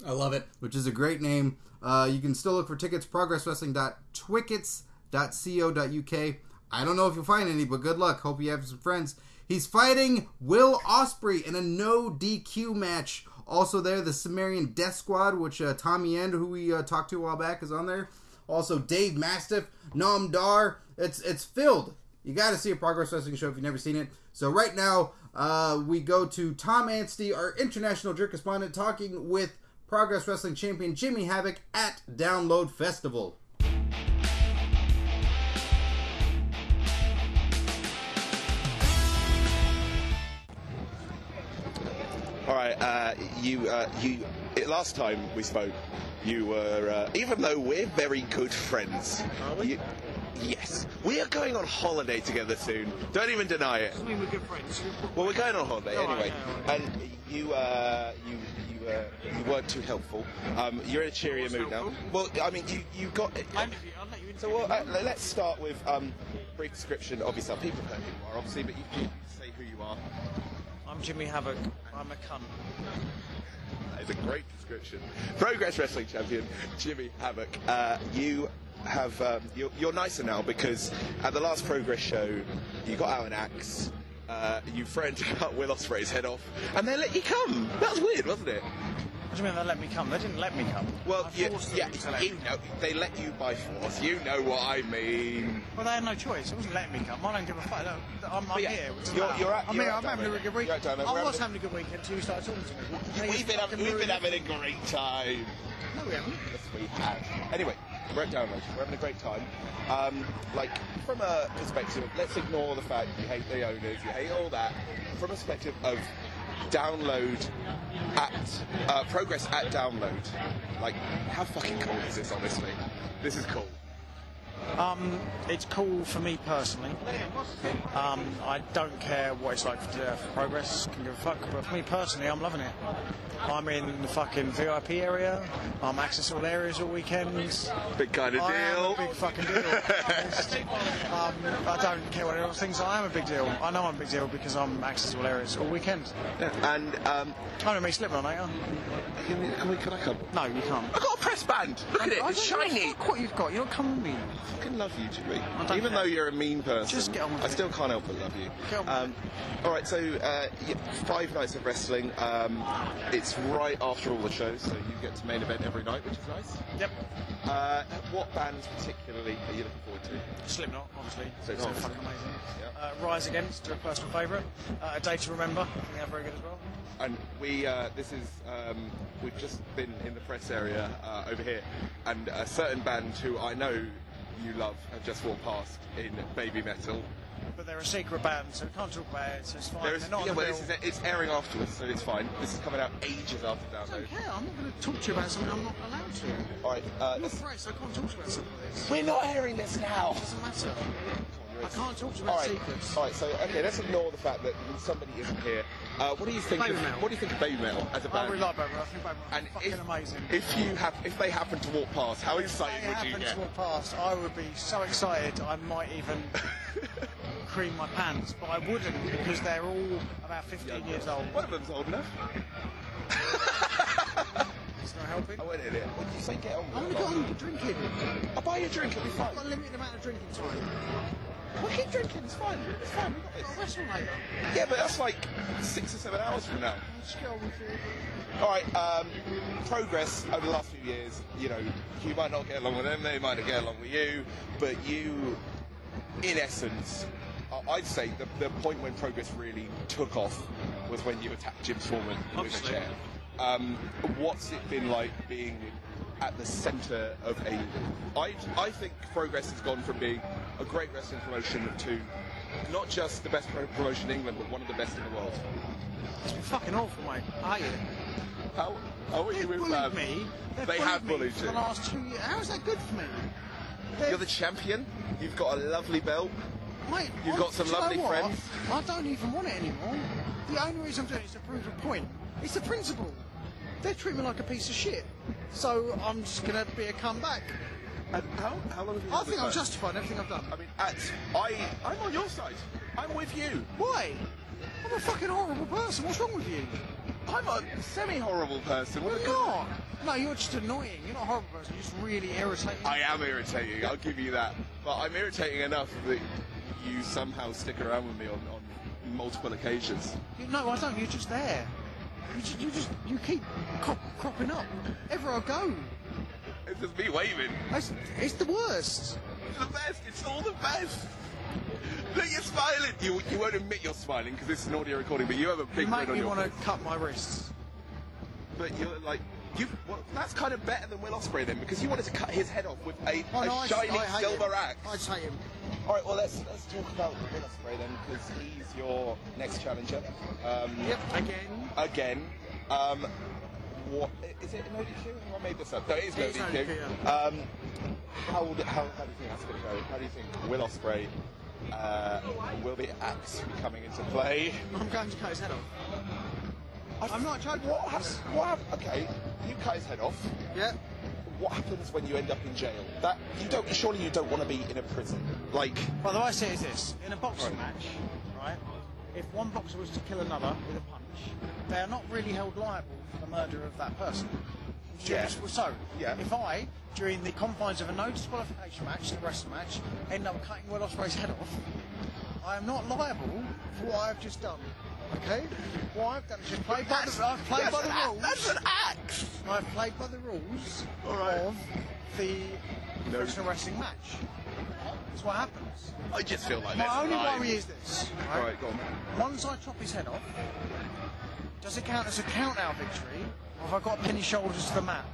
Speaker 2: I love it.
Speaker 1: which is a great name. Uh, you can still look for tickets, progresswrestling.twickets.co.uk. I don't know if you'll find any, but good luck. Hope you have some friends. He's fighting Will Osprey in a no DQ match. Also there, the Sumerian Death Squad, which uh, Tommy End, who we uh, talked to a while back, is on there. Also Dave Mastiff, Nom Dar. It's it's filled. You got to see a Progress Wrestling show if you've never seen it. So right now, uh, we go to Tom Anstey, our international jerk correspondent, talking with Progress Wrestling Champion Jimmy Havoc at Download Festival.
Speaker 3: All right, uh, you, uh, you. it- Last time we spoke, you were, uh, even though we're very good friends. Are we? yes, we are going on holiday together soon. Don't even deny it.
Speaker 4: mean we're good friends.
Speaker 3: Well, we're going on holiday
Speaker 4: No, I
Speaker 3: anyway,
Speaker 4: know, I
Speaker 3: and you, uh, you. You, uh, you weren't too helpful. Um, you're in a cheerier
Speaker 4: was
Speaker 3: mood now.
Speaker 4: helpful.
Speaker 3: Well, I mean, you, you got.
Speaker 4: I'm with you. I'll let you in.
Speaker 3: So well, uh, le- let's start with um, brief description of yourself. People know who you are, obviously, but you can say who you are.
Speaker 4: I'm Jimmy Havoc. I'm a cunt.
Speaker 3: That is a great description. Progress Wrestling Champion Jimmy Havoc. Uh, you have um, you're, you're nicer now because at the last Progress show, you got out an axe. Uh, you threatened to cut (laughs) Will Ospreay's head off, and they let you come. That was weird, wasn't it?
Speaker 4: What do you mean they let me come? They didn't let me come.
Speaker 3: Well,
Speaker 4: I
Speaker 3: you,
Speaker 4: forced them
Speaker 3: yeah,
Speaker 4: to let
Speaker 3: you
Speaker 4: me.
Speaker 3: know, they let you by force. You know what I mean.
Speaker 4: Well, they had no choice. It wasn't letting me come. I don't give a fuck. Look, I'm, I'm
Speaker 3: yeah,
Speaker 4: here. It doesn't
Speaker 3: you're-
Speaker 4: matter.
Speaker 3: you're at-
Speaker 4: I'm
Speaker 3: you're
Speaker 4: here.
Speaker 3: at
Speaker 4: I'm having a
Speaker 3: Dover.
Speaker 4: really good weekend.
Speaker 3: You're at Dover.
Speaker 4: I
Speaker 3: We're
Speaker 4: was
Speaker 3: having
Speaker 4: having a good weekend until you started talking to me. Hey,
Speaker 3: We've been, having,
Speaker 4: fucking
Speaker 3: we've been
Speaker 4: ruined
Speaker 3: having a great time.
Speaker 4: it. No, we haven't.
Speaker 3: Yes, we have. Anyway, we're at Download. We're having a great time. Um, like, from a perspective, of- let's ignore the fact you hate the owners, you hate all that. From a perspective of download at uh, progress at download, like, how fucking cool is this? Honestly, this is cool.
Speaker 4: Um, it's cool for me personally. Um, I don't care what it's like for, uh, for progress. Can give a fuck. But for me personally, I'm loving it. I'm in the fucking VIP area. I'm access all areas all weekends.
Speaker 3: Big kind of
Speaker 4: I am
Speaker 3: deal.
Speaker 4: a big fucking deal. um, I don't care what anyone thinks. I am a big deal. I know I'm a big deal because I'm access all areas all weekend.
Speaker 3: And um,
Speaker 4: I'm gonna make Slipknot later.
Speaker 3: can, we, can, we, can I come?
Speaker 4: No, you can't.
Speaker 3: I've got a press band. Look at it.
Speaker 4: I
Speaker 3: It's
Speaker 4: don't give a
Speaker 3: shiny.
Speaker 4: Fuck what you've got. You're coming with me.
Speaker 3: I fucking love you, Jimmy.
Speaker 4: don't
Speaker 3: Even
Speaker 4: care.
Speaker 3: though you're a mean person,
Speaker 4: Just get on with
Speaker 3: I
Speaker 4: it.
Speaker 3: still can't help but love you.
Speaker 4: Get on with
Speaker 3: um, all right, so uh, yeah, five nights of wrestling. Um, it's right after all the shows, so you get to main event every night, which is nice.
Speaker 4: Yep.
Speaker 3: Uh, what bands particularly are you looking forward to?
Speaker 4: Slipknot, obviously. So,
Speaker 3: Slipknot, obviously.
Speaker 4: fucking amazing.
Speaker 3: Yeah.
Speaker 4: Uh, Rise Against, a personal favourite. Uh, a Day to Remember. I think they're very good as well.
Speaker 3: And we, uh, this is, um, we've just been in the press area uh, over here, and a certain band who I know you love have just walked past in baby metal.
Speaker 4: But they're a secret band, so we can't talk about it. So it's fine.
Speaker 3: There
Speaker 4: they're
Speaker 3: is,
Speaker 4: not
Speaker 3: yeah,
Speaker 4: on the
Speaker 3: well,
Speaker 4: bill.
Speaker 3: this is, it's airing afterwards, so it's fine. This is coming out ages after
Speaker 4: I
Speaker 3: download.
Speaker 4: don't care. I'm not going to talk to you about something I'm not allowed to.
Speaker 3: All right, uh,
Speaker 4: I'm not
Speaker 3: let's-
Speaker 4: press. I can't talk to you about something like this.
Speaker 3: we're not airing this now.
Speaker 4: It doesn't matter. I can't talk to you
Speaker 3: All
Speaker 4: about
Speaker 3: right,
Speaker 4: secrets.
Speaker 3: all right. So okay, let's ignore the fact that somebody isn't here. Uh, what do you think?
Speaker 4: Baby
Speaker 3: of,
Speaker 4: metal.
Speaker 3: What do you think of baby metal as a
Speaker 4: I
Speaker 3: band?
Speaker 4: really like Barbara. I think Barbara is fucking
Speaker 3: if,
Speaker 4: amazing.
Speaker 3: If you have, if they happen to walk past, how
Speaker 4: If they
Speaker 3: excited would you
Speaker 4: happened
Speaker 3: get?
Speaker 4: to walk past, I would be so excited I might even
Speaker 3: (laughs)
Speaker 4: cream my pants, but I wouldn't because they're all about 15 years old.
Speaker 3: One of them's old enough.
Speaker 4: It's not helping.
Speaker 3: I went in it. What did you say? Get on.
Speaker 4: I want
Speaker 3: with
Speaker 4: to
Speaker 3: it?
Speaker 4: go on drinking.
Speaker 3: I'll buy you a drink. It'll be fine.
Speaker 4: I've got a limited amount of drinking time.
Speaker 3: Well, keep drinking. It's fine. It's fine. We got
Speaker 4: I've got
Speaker 3: this.
Speaker 4: to wrestle later.
Speaker 3: Yeah, but that's like six or seven hours from now.
Speaker 4: I'll just get on with it.
Speaker 3: All right. Um, progress over the last few years. You know, you might not get along with them. They might not get along with you. But you, in essence, I- I'd say the, the point when progress really took off was when you attacked Jim Foreman with a
Speaker 4: Obviously.
Speaker 3: chair. Um, what's it been like being at the centre of a? I I think Progress has gone from being a great wrestling promotion to not just the best pro- promotion in England, but one of the best in the world.
Speaker 4: It's been fucking awful, mate. I hate it.
Speaker 3: How, how are
Speaker 4: They
Speaker 3: you with
Speaker 4: bullied
Speaker 3: that?
Speaker 4: me.
Speaker 3: They,
Speaker 4: bullied
Speaker 3: have
Speaker 4: me
Speaker 3: bullied
Speaker 4: for
Speaker 3: you.
Speaker 4: the last two years. How is that good for me? They're-
Speaker 3: You're the champion. You've got a lovely belt.
Speaker 4: Mate,
Speaker 3: You've
Speaker 4: I-
Speaker 3: got some
Speaker 4: do you know
Speaker 3: lovely
Speaker 4: what?
Speaker 3: friends.
Speaker 4: I don't even want it anymore. The only reason I'm doing it is to prove a point. It's the principle. They treat me like a piece of shit. So I'm just gonna be a comeback.
Speaker 3: And how, how long have you
Speaker 4: I
Speaker 3: had this
Speaker 4: think I'm
Speaker 3: belt?
Speaker 4: justified in everything I've done.
Speaker 3: I mean, at I I'm on your side. I'm with you.
Speaker 4: Why? I'm a fucking horrible person. What's wrong with you?
Speaker 3: I'm a semi-horrible person. What
Speaker 4: You're
Speaker 3: a
Speaker 4: not. No, you're just annoying. You're not a horrible person. You're just really irritating.
Speaker 3: I am irritating. I'll give you that. But I'm irritating enough that you somehow stick around with me on, on multiple occasions.
Speaker 4: You- No, I don't. You're just there. You just, you just, you keep crop, cropping up. Everywhere I go,
Speaker 3: It's just me waving.
Speaker 4: it's, it's the worst.
Speaker 3: It's the best. It's all the best. Look, you're smiling. You, you won't admit you're smiling because this is an audio recording, but you have a
Speaker 4: You
Speaker 3: big
Speaker 4: make
Speaker 3: grin on
Speaker 4: me
Speaker 3: your
Speaker 4: want to
Speaker 3: face.
Speaker 4: cut my wrists.
Speaker 3: But you're like, you. Well, that's kind of better than Will Osprey then, because you wanted to cut his head off with a,
Speaker 4: Oh,
Speaker 3: a
Speaker 4: no, I just-
Speaker 3: shining
Speaker 4: I hate
Speaker 3: silver
Speaker 4: him.
Speaker 3: axe.
Speaker 4: I just hate him.
Speaker 3: All right, well let's let's talk about Will Ospreay then, because he's your next challenger. Um,
Speaker 4: Yep, again.
Speaker 3: Again, um, what is it? No DQ? I made this up. No, it is no
Speaker 4: It is no
Speaker 3: DQ.
Speaker 4: DQ,
Speaker 3: Um, how, would- how how do you think that's going to go? How do you think Will Ospreay uh, will the axe be coming into play?
Speaker 4: I'm going to cut his head off.
Speaker 3: I-
Speaker 4: I'm not joking.
Speaker 3: What has, what hap- Okay, you cut his head off.
Speaker 4: Yeah.
Speaker 3: What happens when you end up in jail? That you don't. Surely you don't want to be in a prison. Like
Speaker 4: Well, the way I see it is this: in a boxing match, right? If one boxer was to kill another with a punch, they are not really held liable for the murder of that person.
Speaker 3: Yeah.
Speaker 4: So,
Speaker 3: Yeah.
Speaker 4: if I, during the confines of a no disqualification match, the wrestling match, end up cutting Will Ospreay's head off, I am not liable for what I have just done. Okay? What I've done is just played by the, I've played by
Speaker 3: that's
Speaker 4: the
Speaker 3: an a-
Speaker 4: rules.
Speaker 3: That's an axe.
Speaker 4: I've played by the rules
Speaker 3: All right.
Speaker 4: of the
Speaker 3: No.
Speaker 4: professional wrestling match. That's what happens.
Speaker 3: I just feel like
Speaker 4: My
Speaker 3: there's a
Speaker 4: only
Speaker 3: line.
Speaker 4: worry is this.
Speaker 3: All
Speaker 4: Right?
Speaker 3: right, go on.
Speaker 4: Once I chop his head off, does it count as a count out victory, or have I got to pin his shoulders to the mat?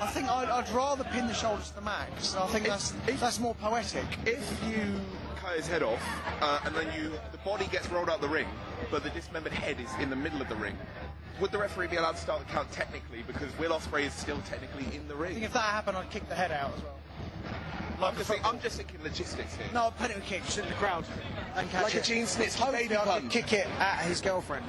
Speaker 4: I think I'd, I'd rather pin the shoulders to the mat, because I think that's,
Speaker 3: If- if-
Speaker 4: that's more poetic.
Speaker 3: If you cut his head off, uh, and then you the body gets rolled out the ring, but the dismembered head is in the middle of the ring, would the referee be allowed to start the count technically because Will Ospreay is still technically in the
Speaker 4: I
Speaker 3: ring?
Speaker 4: think if that happened, I'd kick the head out as well.
Speaker 3: I'm just, think, I'm just thinking logistics here.
Speaker 4: No, penalty kick, shoot the crowd and catch
Speaker 3: Like a
Speaker 4: it.
Speaker 3: Gene Snitz
Speaker 4: Hopefully
Speaker 3: baby
Speaker 4: I
Speaker 3: pun.
Speaker 4: could kick it at his girlfriend.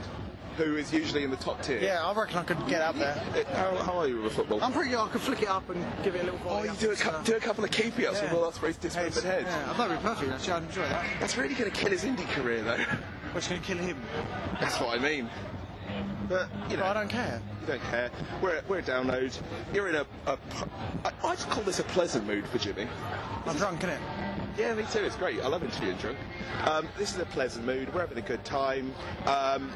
Speaker 3: Who is usually in the top tier?
Speaker 4: Yeah, I reckon I could get out there.
Speaker 3: Uh, How, how are you with football?
Speaker 4: I'm pretty good. I could flick it up and give it a little
Speaker 3: oh,
Speaker 4: volley.
Speaker 3: you do a, cou- do a couple of keepy ups with
Speaker 4: Yeah.
Speaker 3: all us race dismembered heads.
Speaker 4: Yeah, that'd be perfect. Actually, I'd enjoy that.
Speaker 3: That's really going to kill his indie career, though. (laughs)
Speaker 4: Which can kill him.
Speaker 3: That's what I mean. But, you know.
Speaker 4: But I don't care.
Speaker 3: You don't care. We're, we're a download. You're in a. a p- I, I'd call this a pleasant mood for Jimmy.
Speaker 4: I'm drunk, innit?
Speaker 3: Yeah, me too. It's great. I love interviewing drunk. Um, this is a pleasant mood. We're having a good time. Um,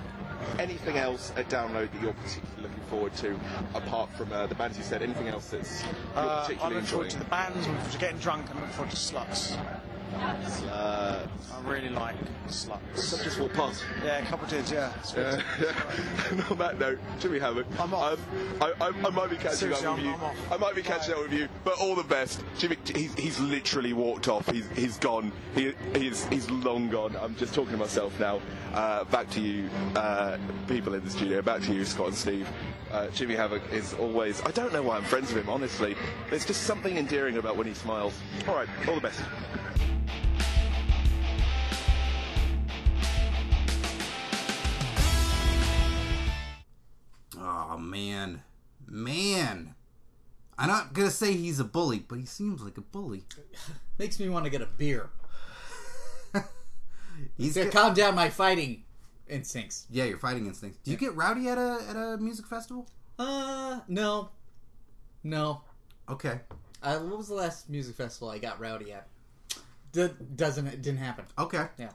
Speaker 3: anything else at download that you're particularly looking forward to, apart from uh, the bands you said? Anything else that's you're
Speaker 4: Uh, I
Speaker 3: particularly
Speaker 4: look
Speaker 3: enjoying?
Speaker 4: forward to the bands, I look forward to getting drunk, and I look forward to sluts.
Speaker 3: Uh,
Speaker 4: I really like sluts.
Speaker 3: I've just walked past.
Speaker 4: Yeah, a couple did, yeah. It's good.
Speaker 3: Uh, and (laughs) on that note, Jimmy Havoc.
Speaker 4: I'm off.
Speaker 3: I, I, I might be catching
Speaker 4: Seriously,
Speaker 3: up with
Speaker 4: I'm-
Speaker 3: you.
Speaker 4: I'm off.
Speaker 3: I might be catching
Speaker 4: Bye.
Speaker 3: up with you, but all the best, Jimmy. He's, he's literally walked off. He's, he's gone. He, he's, he's long gone. I'm just talking to myself now. Uh, back to you, uh, people in the studio. Back to you, Scott and Steve. Uh, Jimmy Havoc is always. I don't know why I'm friends with him. Honestly, there's just something endearing about when he smiles. All right, all the best.
Speaker 1: Oh man, man. I'm not gonna say he's a bully, but he seems like a bully.
Speaker 2: Makes me want to get a beer.
Speaker 1: He's
Speaker 2: To
Speaker 1: got-
Speaker 2: calm down my fighting instincts.
Speaker 1: yeah, your fighting instincts. Do you get rowdy at a at a music festival?
Speaker 2: Uh, no. No.
Speaker 1: Okay,
Speaker 2: Uh, what was the last music festival I got rowdy at? D- doesn't it didn't happen.
Speaker 1: okay.
Speaker 2: Yeah.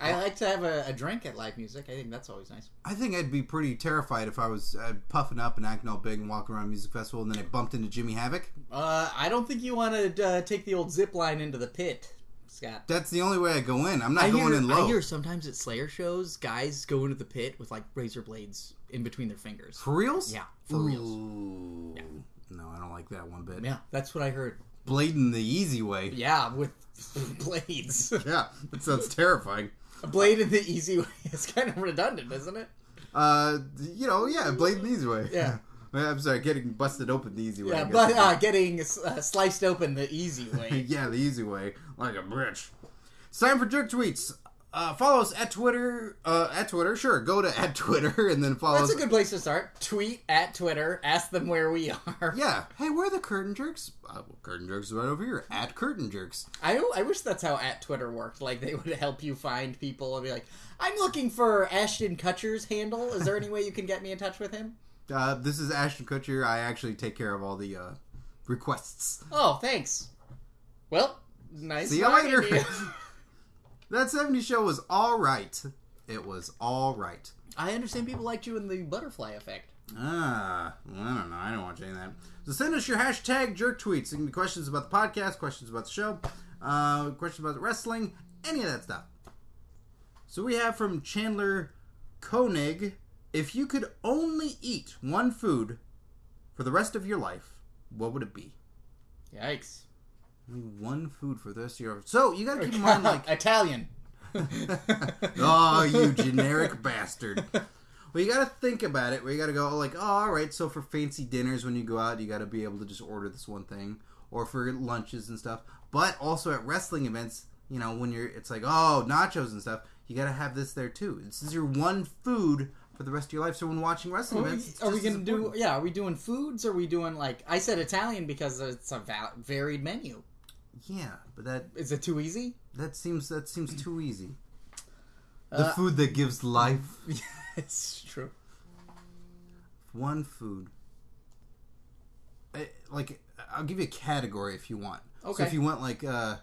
Speaker 2: I like to have a, a drink at live music. I think that's always nice.
Speaker 1: I think I'd be pretty terrified if I was uh, puffing up and acting all big and walking around a music festival, and then I bumped into Jimmy Havoc.
Speaker 2: Uh, I don't think you want to uh, take the old zip line into the pit, Scott.
Speaker 1: That's the only way I go in. I'm not
Speaker 2: I
Speaker 1: going
Speaker 2: hear,
Speaker 1: in low.
Speaker 2: I hear sometimes at Slayer shows, guys go into the pit with like razor blades in between their
Speaker 1: (laughs)
Speaker 2: fingers.
Speaker 1: For reals?
Speaker 2: Yeah, for reals.
Speaker 1: Ooh. No, I don't like that one bit.
Speaker 2: Yeah, that's what I heard.
Speaker 1: Blading the easy way.
Speaker 2: Yeah, with (laughs) blades.
Speaker 1: yeah that sounds terrifying.
Speaker 2: a blade in the easy way (laughs) is kind of redundant, isn't it?
Speaker 1: Uh, you know, yeah, blading the easy way.
Speaker 2: Yeah.
Speaker 1: Yeah, (laughs) I'm sorry, getting busted open the easy way. I
Speaker 2: Yeah,
Speaker 1: guess.
Speaker 2: but uh, getting uh, sliced open the easy (laughs) way.
Speaker 1: (laughs) yeah, the easy way, like a bitch. It's time for jerk tweets. Uh, follow us at Twitter. Uh, at Twitter, sure. Go to (laughs) at Twitter and then follow
Speaker 2: That's a
Speaker 1: us.
Speaker 2: good place to start. Tweet at Twitter. Ask them where we (laughs) are.
Speaker 1: yeah. Hey, where are the curtain jerks? Uh, well, curtain jerks is right over here. At curtain jerks.
Speaker 2: I, I wish that's how at Twitter worked. Like they would help you find people and be like, "I'm looking for Ashton Kutcher's handle. Is there any way you can get me in touch with him?"
Speaker 1: Uh, this is Ashton Kutcher. I actually take care of all the uh, requests.
Speaker 2: Oh, thanks. Well, nice.
Speaker 1: See you
Speaker 2: talking
Speaker 1: later.
Speaker 2: to you.
Speaker 1: (laughs) that 70 show was all right. It was all right.
Speaker 2: (laughs) I understand people liked you in the Butterfly Effect.
Speaker 1: Ah, well, I don't know. I don't watch any of that. So send us your hashtag jerk tweets. It can be questions about the podcast, questions about the show, uh, questions about wrestling, any of that stuff. So we have from Chandler Koenig. If you could only eat one food for the rest of your life, what would it be?
Speaker 2: Yikes.
Speaker 1: Only one food for the rest of your life. So you got to keep in
Speaker 2: (laughs)
Speaker 1: mind, like,
Speaker 2: Italian.
Speaker 1: oh,
Speaker 2: (laughs)
Speaker 1: you generic bastard. Well, you got to think about it. Where you got to go, like, oh, all right. So for fancy dinners, when you go out, you got to be able to just order this one thing, or for lunches and stuff. But also at wrestling events, you know, when you're, it's like, oh, nachos and stuff. You got to have this there too. This is your one food for the rest of your life. So when watching wrestling
Speaker 2: Are we,
Speaker 1: events, it's
Speaker 2: are we
Speaker 1: just as
Speaker 2: gonna do?
Speaker 1: important.
Speaker 2: Yeah, are we doing foods? Are we doing like I said Italian because it's a va- varied menu.
Speaker 1: Yeah, but that
Speaker 2: Is it too (laughs) easy?
Speaker 1: that seems that seems too easy.
Speaker 2: Uh,
Speaker 1: The food that gives life.
Speaker 2: it's true.
Speaker 1: one food. I, like I'll give you a category if you want. So
Speaker 2: Okay.
Speaker 1: if you want like uh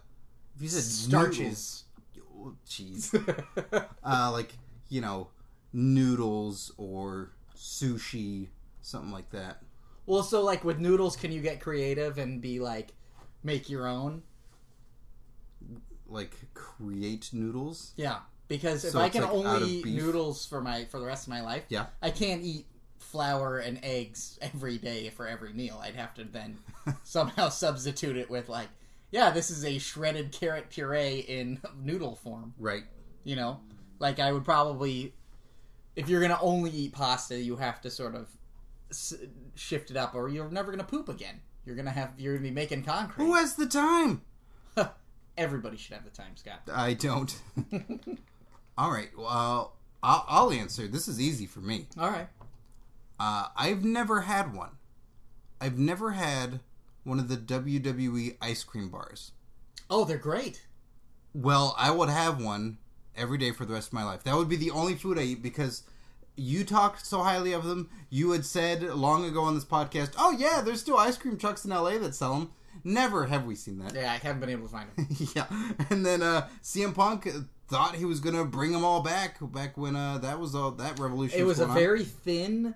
Speaker 1: if you said
Speaker 2: Starches.
Speaker 1: noodles- cheese. uh (laughs) like, you know, noodles or sushi, something like that.
Speaker 2: (laughs) Well, so like with noodles, can you get creative and be like make your own?
Speaker 1: Like create noodles.
Speaker 2: Yeah, because if
Speaker 1: So
Speaker 2: I
Speaker 1: it's,
Speaker 2: can
Speaker 1: like, out
Speaker 2: only
Speaker 1: of
Speaker 2: eat
Speaker 1: beef?
Speaker 2: noodles for my for the rest of my life,
Speaker 1: Yeah.
Speaker 2: I can't eat flour and eggs every day for every meal. I'd have
Speaker 1: (laughs)
Speaker 2: to then somehow substitute it with like, yeah, this is a shredded carrot puree in noodle form.
Speaker 1: Right.
Speaker 2: You know, like I would probably, if you're gonna only eat pasta, you have to sort of s- shift it up, or you're never gonna poop again. You're gonna have you're gonna be making concrete.
Speaker 1: Who has the time?
Speaker 2: Everybody should have the time, Scott.
Speaker 1: I don't. (laughs) All right. Well, I'll, I'll answer. This is easy for me.
Speaker 2: All right.
Speaker 1: Uh, I've never had one. I've never had one of the WWE ice cream bars.
Speaker 2: Oh, they're great.
Speaker 1: Well, I would have one every day for the rest of my life. That would be the only food I eat because you talked so highly of them. You had said long ago on this podcast, "Oh yeah, there's still ice cream trucks in LA that sell them." Never have we seen that.
Speaker 2: Yeah, I haven't been able to find them.
Speaker 1: (laughs) yeah, and then uh, CM Punk thought he was gonna bring them all back back when uh, that was all that revolution.
Speaker 2: it was a
Speaker 1: going on.
Speaker 2: very thin,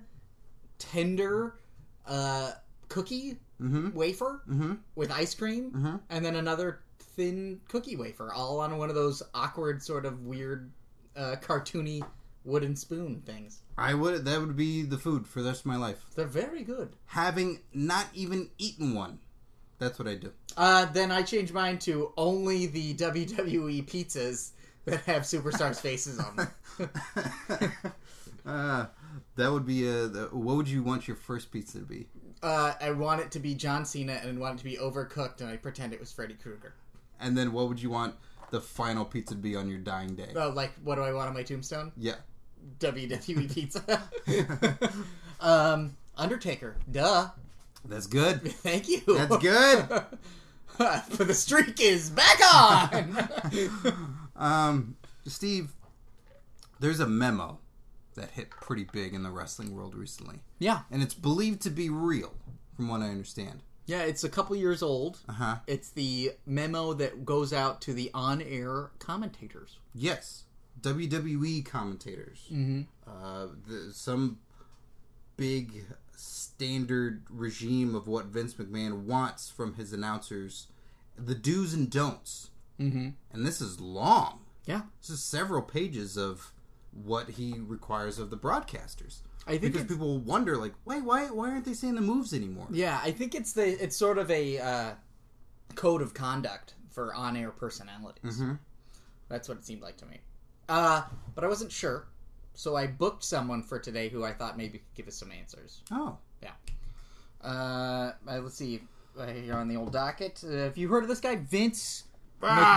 Speaker 2: tender uh, cookie
Speaker 1: Mm-hmm.
Speaker 2: wafer with ice cream, and then another thin cookie wafer, all on one of those awkward, sort of weird, uh, cartoony wooden spoon things.
Speaker 1: I would that would be the food for the rest of my life.
Speaker 2: They're very good.
Speaker 1: Having not even eaten one, that's what I do.
Speaker 2: Uh, then I changed mine to only the WWE pizzas that have superstars' faces on them.
Speaker 1: Uh, that would be a. The, what would you want your first pizza to be?
Speaker 2: Uh, I want it to be John Cena and I want it to be overcooked, and I pretend it was Freddy Krueger.
Speaker 1: And then what would you want the final pizza to be on your dying day?
Speaker 2: Oh, like what do I want on my tombstone?
Speaker 1: Yeah. (laughs)
Speaker 2: WWE E pizza. (laughs) um, Undertaker. Duh.
Speaker 1: That's good.
Speaker 2: Thank you.
Speaker 1: That's good.
Speaker 2: (laughs) but the streak is back
Speaker 1: (laughs)
Speaker 2: on.
Speaker 1: Um, Steve, there's a memo that hit pretty big in the wrestling world recently.
Speaker 2: yeah.
Speaker 1: And it's believed to be real, from what I understand.
Speaker 2: Yeah, it's a couple years old.
Speaker 1: Uh huh.
Speaker 2: It's the memo that goes out to the on-air commentators.
Speaker 1: Yes, WWE commentators. Mm-hmm. Uh, the, some big standard regime of what Vince McMahon wants from his announcers, the do's and don'ts.
Speaker 2: Mhm.
Speaker 1: And this is long.
Speaker 2: Yeah.
Speaker 1: This is several pages of what he requires of the broadcasters.
Speaker 2: I think
Speaker 1: because
Speaker 2: it's-
Speaker 1: people wonder, like, wait, why, why aren't they saying the moves anymore?
Speaker 2: Yeah, I think it's the it's sort of a uh, code of conduct for on-air personalities.
Speaker 5: Mm-hmm.
Speaker 2: That's what it seemed like to me. Uh, but I wasn't sure, so I booked someone for today who I thought maybe could give us some answers.
Speaker 1: Oh,
Speaker 2: Yeah. Uh, uh, let's see. uh, Here on the old docket, uh, have you heard of this guy, Vince?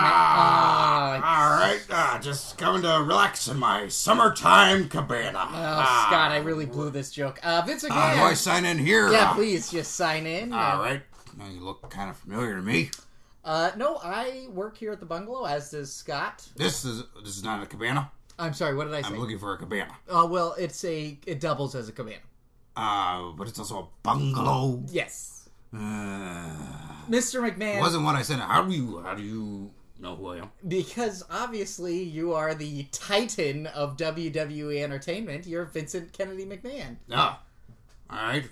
Speaker 2: McMahon? Ah,
Speaker 5: All right, uh, just coming to relax in my summertime cabana.
Speaker 2: oh,
Speaker 5: Ah.
Speaker 2: Scott, I really blew this joke. Uh, Vince
Speaker 5: How do I
Speaker 2: McMahon.
Speaker 5: sign in here?
Speaker 2: yeah,
Speaker 5: Uh,
Speaker 2: please just sign in.
Speaker 5: Ah, All right. Now you look kind of familiar to me.
Speaker 2: Uh, no, I work here at the bungalow, as does Scott.
Speaker 5: This is this is not a cabana.
Speaker 2: I'm sorry, what did I say?
Speaker 5: I'm looking for a cabana.
Speaker 2: Uh, well, it's a it doubles as a cabana.
Speaker 5: Uh, but it's also a bungalow.
Speaker 2: Yes,
Speaker 5: Uh,
Speaker 2: Mr. McMahon.
Speaker 5: wasn't what I said. How do you how do you know who I am?
Speaker 2: because obviously you are the titan of WWE entertainment. You're Vincent Kennedy McMahon.
Speaker 5: Ah, all right.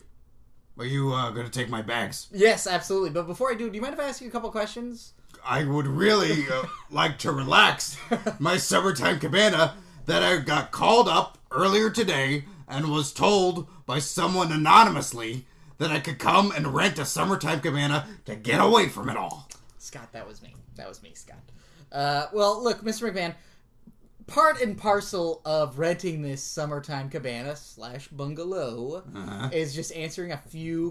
Speaker 5: Are you uh, gonna take my bags?
Speaker 2: Yes, absolutely. But before I do, do you mind if I ask you a couple questions?
Speaker 5: I would really uh, like to relax my summertime cabana that I got called up earlier today and was told by someone anonymously that I could come and rent a summertime cabana to get away from it all.
Speaker 2: Scott, that was me. That was me, Scott. Uh, well, look, Mr. McMahon, part and parcel of renting this summertime cabana slash bungalow
Speaker 5: Uh-huh.
Speaker 2: is just answering a few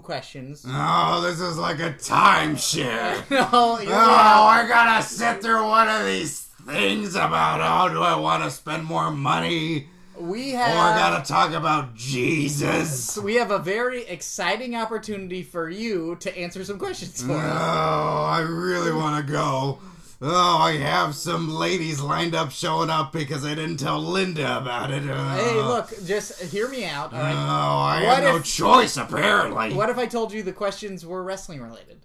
Speaker 5: (laughs)
Speaker 2: questions. (laughs)
Speaker 5: Oh, this is like a timeshare.
Speaker 2: no, you're
Speaker 5: Oh, I gotta sit through one of these things about oh, do I want to spend more money
Speaker 2: we
Speaker 5: or
Speaker 2: have.
Speaker 5: Oh, I gotta talk about Jesus?
Speaker 2: So we have a very exciting opportunity for you to answer some questions for us.
Speaker 5: Oh, I really want to go. Oh, I have some ladies lined up showing up because I didn't tell Linda about it. Uh,
Speaker 2: Hey, look, just hear me out.
Speaker 5: Oh,
Speaker 2: All
Speaker 1: Uh.
Speaker 2: right.
Speaker 5: I
Speaker 2: What
Speaker 5: had no
Speaker 2: if-
Speaker 5: choice apparently.
Speaker 2: What if I told you the questions were wrestling related?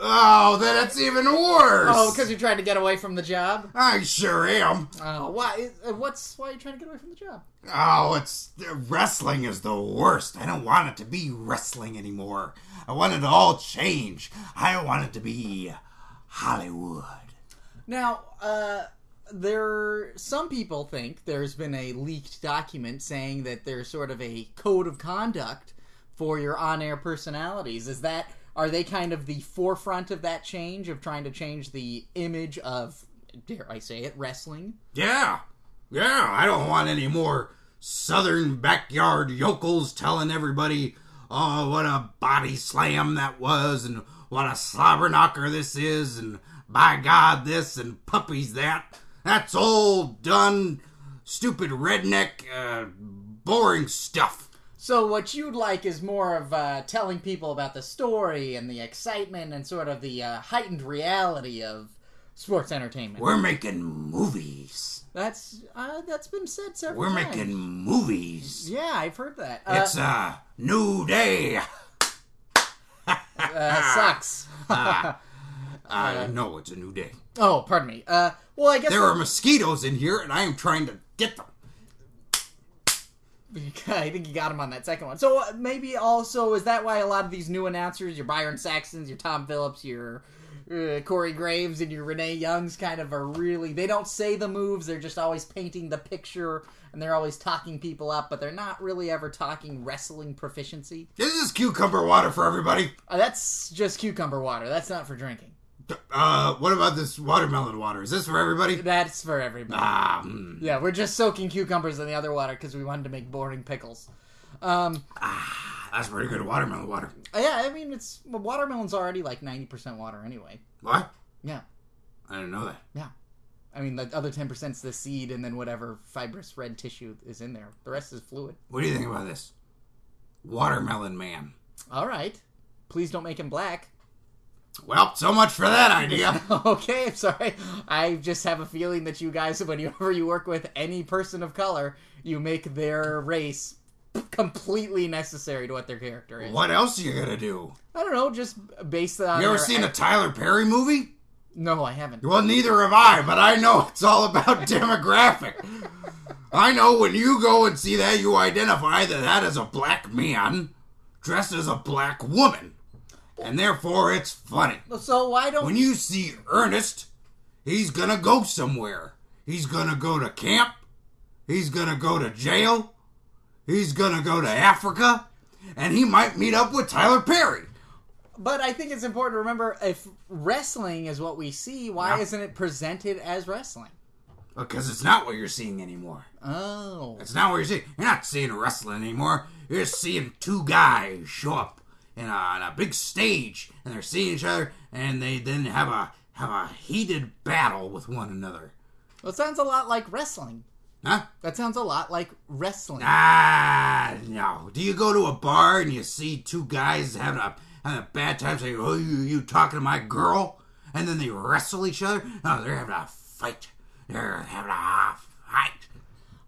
Speaker 5: Oh, then that's even worse.
Speaker 2: Oh, because you're trying to get away from the job.
Speaker 5: I sure am.
Speaker 2: Oh, why? uh, What's why are you trying to get away from the job?
Speaker 5: Oh, it's wrestling is the worst. I don't want it to be wrestling anymore. I want it to all change. I want it to be Hollywood.
Speaker 2: Now, uh, there some people think there's been a leaked document saying that there's sort of a code of conduct for your on-air personalities. Is that are they kind of the forefront of that change of trying to change the image of dare I say it wrestling?
Speaker 5: Yeah, yeah. I don't want any more southern backyard yokels telling everybody, oh, what a body slam that was, and what a slobber knocker this is, and
Speaker 1: by God this and puppies that. That's old, done, stupid redneck, uh, boring stuff.
Speaker 2: So what you'd like is more of uh, telling people about the story and the excitement and sort of the uh, heightened reality of sports entertainment.
Speaker 1: We're making movies.
Speaker 2: that's uh, that's been said several
Speaker 1: We're
Speaker 2: times.
Speaker 1: making movies.
Speaker 2: Yeah, I've heard that. Uh,
Speaker 1: It's a new day. Ah.
Speaker 2: uh, sucks.
Speaker 1: I know it's a new day.
Speaker 2: (laughs) oh, pardon me. Uh, well, I guess
Speaker 1: There are
Speaker 2: (laughs)
Speaker 1: mosquitoes in here, and I am trying to get them.
Speaker 2: I think you got him on that second one. So uh, maybe also is that why a lot of these new announcers, your Byron Saxons, your Tom Phillips, your uh, Corey Graves, and your Renee Youngs, kind of are really they don't say the moves. They're just always painting the picture, and they're always talking people up, but they're not really ever talking wrestling proficiency.
Speaker 1: This is cucumber water for everybody.
Speaker 2: Uh, that's just cucumber water. That's not for drinking.
Speaker 1: Uh, what about this watermelon water? Is this for everybody?
Speaker 2: That's for everybody.
Speaker 1: Ah, mm.
Speaker 2: Yeah, we're just soaking cucumbers in the other water because we wanted to make boring pickles. Um,
Speaker 1: that's pretty good watermelon water.
Speaker 2: Uh, yeah, I mean it's well, watermelon's already like ninety percent water anyway.
Speaker 1: What?
Speaker 2: Yeah,
Speaker 1: I didn't know that.
Speaker 2: yeah. I mean, the other ten percent's the seed, and then whatever fibrous red tissue is in there. The rest is fluid.
Speaker 1: What do you think about this? Watermelon man.
Speaker 2: All right. Please don't make him black. (laughs)
Speaker 1: Well, so much for that idea.
Speaker 2: okay, I'm sorry. I just have a feeling that you guys, (laughs) whenever you work with any person of color, you make their race completely necessary to what their character is.
Speaker 1: what else are you gonna do?
Speaker 2: I don't know. Just based on.
Speaker 1: You ever
Speaker 2: their
Speaker 1: seen a
Speaker 2: act-
Speaker 1: Tyler Perry movie?
Speaker 2: No, I haven't.
Speaker 1: Well, neither have I, but I know it's all about demographic. I know when you go and see that, you identify that that is a black man dressed as a black woman, and therefore it's funny.
Speaker 2: So why don't
Speaker 1: When you see Ernest, he's gonna go somewhere. He's gonna go to camp. He's gonna go to jail. He's gonna go to Africa. And he might meet up with Tyler Perry.
Speaker 2: But I think it's important to remember if wrestling is what we see, why
Speaker 1: Yeah.
Speaker 2: isn't it presented as wrestling?
Speaker 1: Because it's not what you're seeing anymore.
Speaker 2: Oh.
Speaker 1: It's not what you're seeing. You're not seeing wrestling anymore. You're seeing two guys show up in a, on a big stage, and they're seeing each other, and they then have a have a heated battle with one another.
Speaker 2: Well, it sounds a lot like wrestling.
Speaker 1: Huh?
Speaker 2: That sounds a lot like wrestling.
Speaker 1: Ah, no. Do you go to a bar and you see two guys having a having a bad time? Say, "Oh, you, you talking to my girl?" And then they wrestle each other. No, they're having a fight. They're having a fight.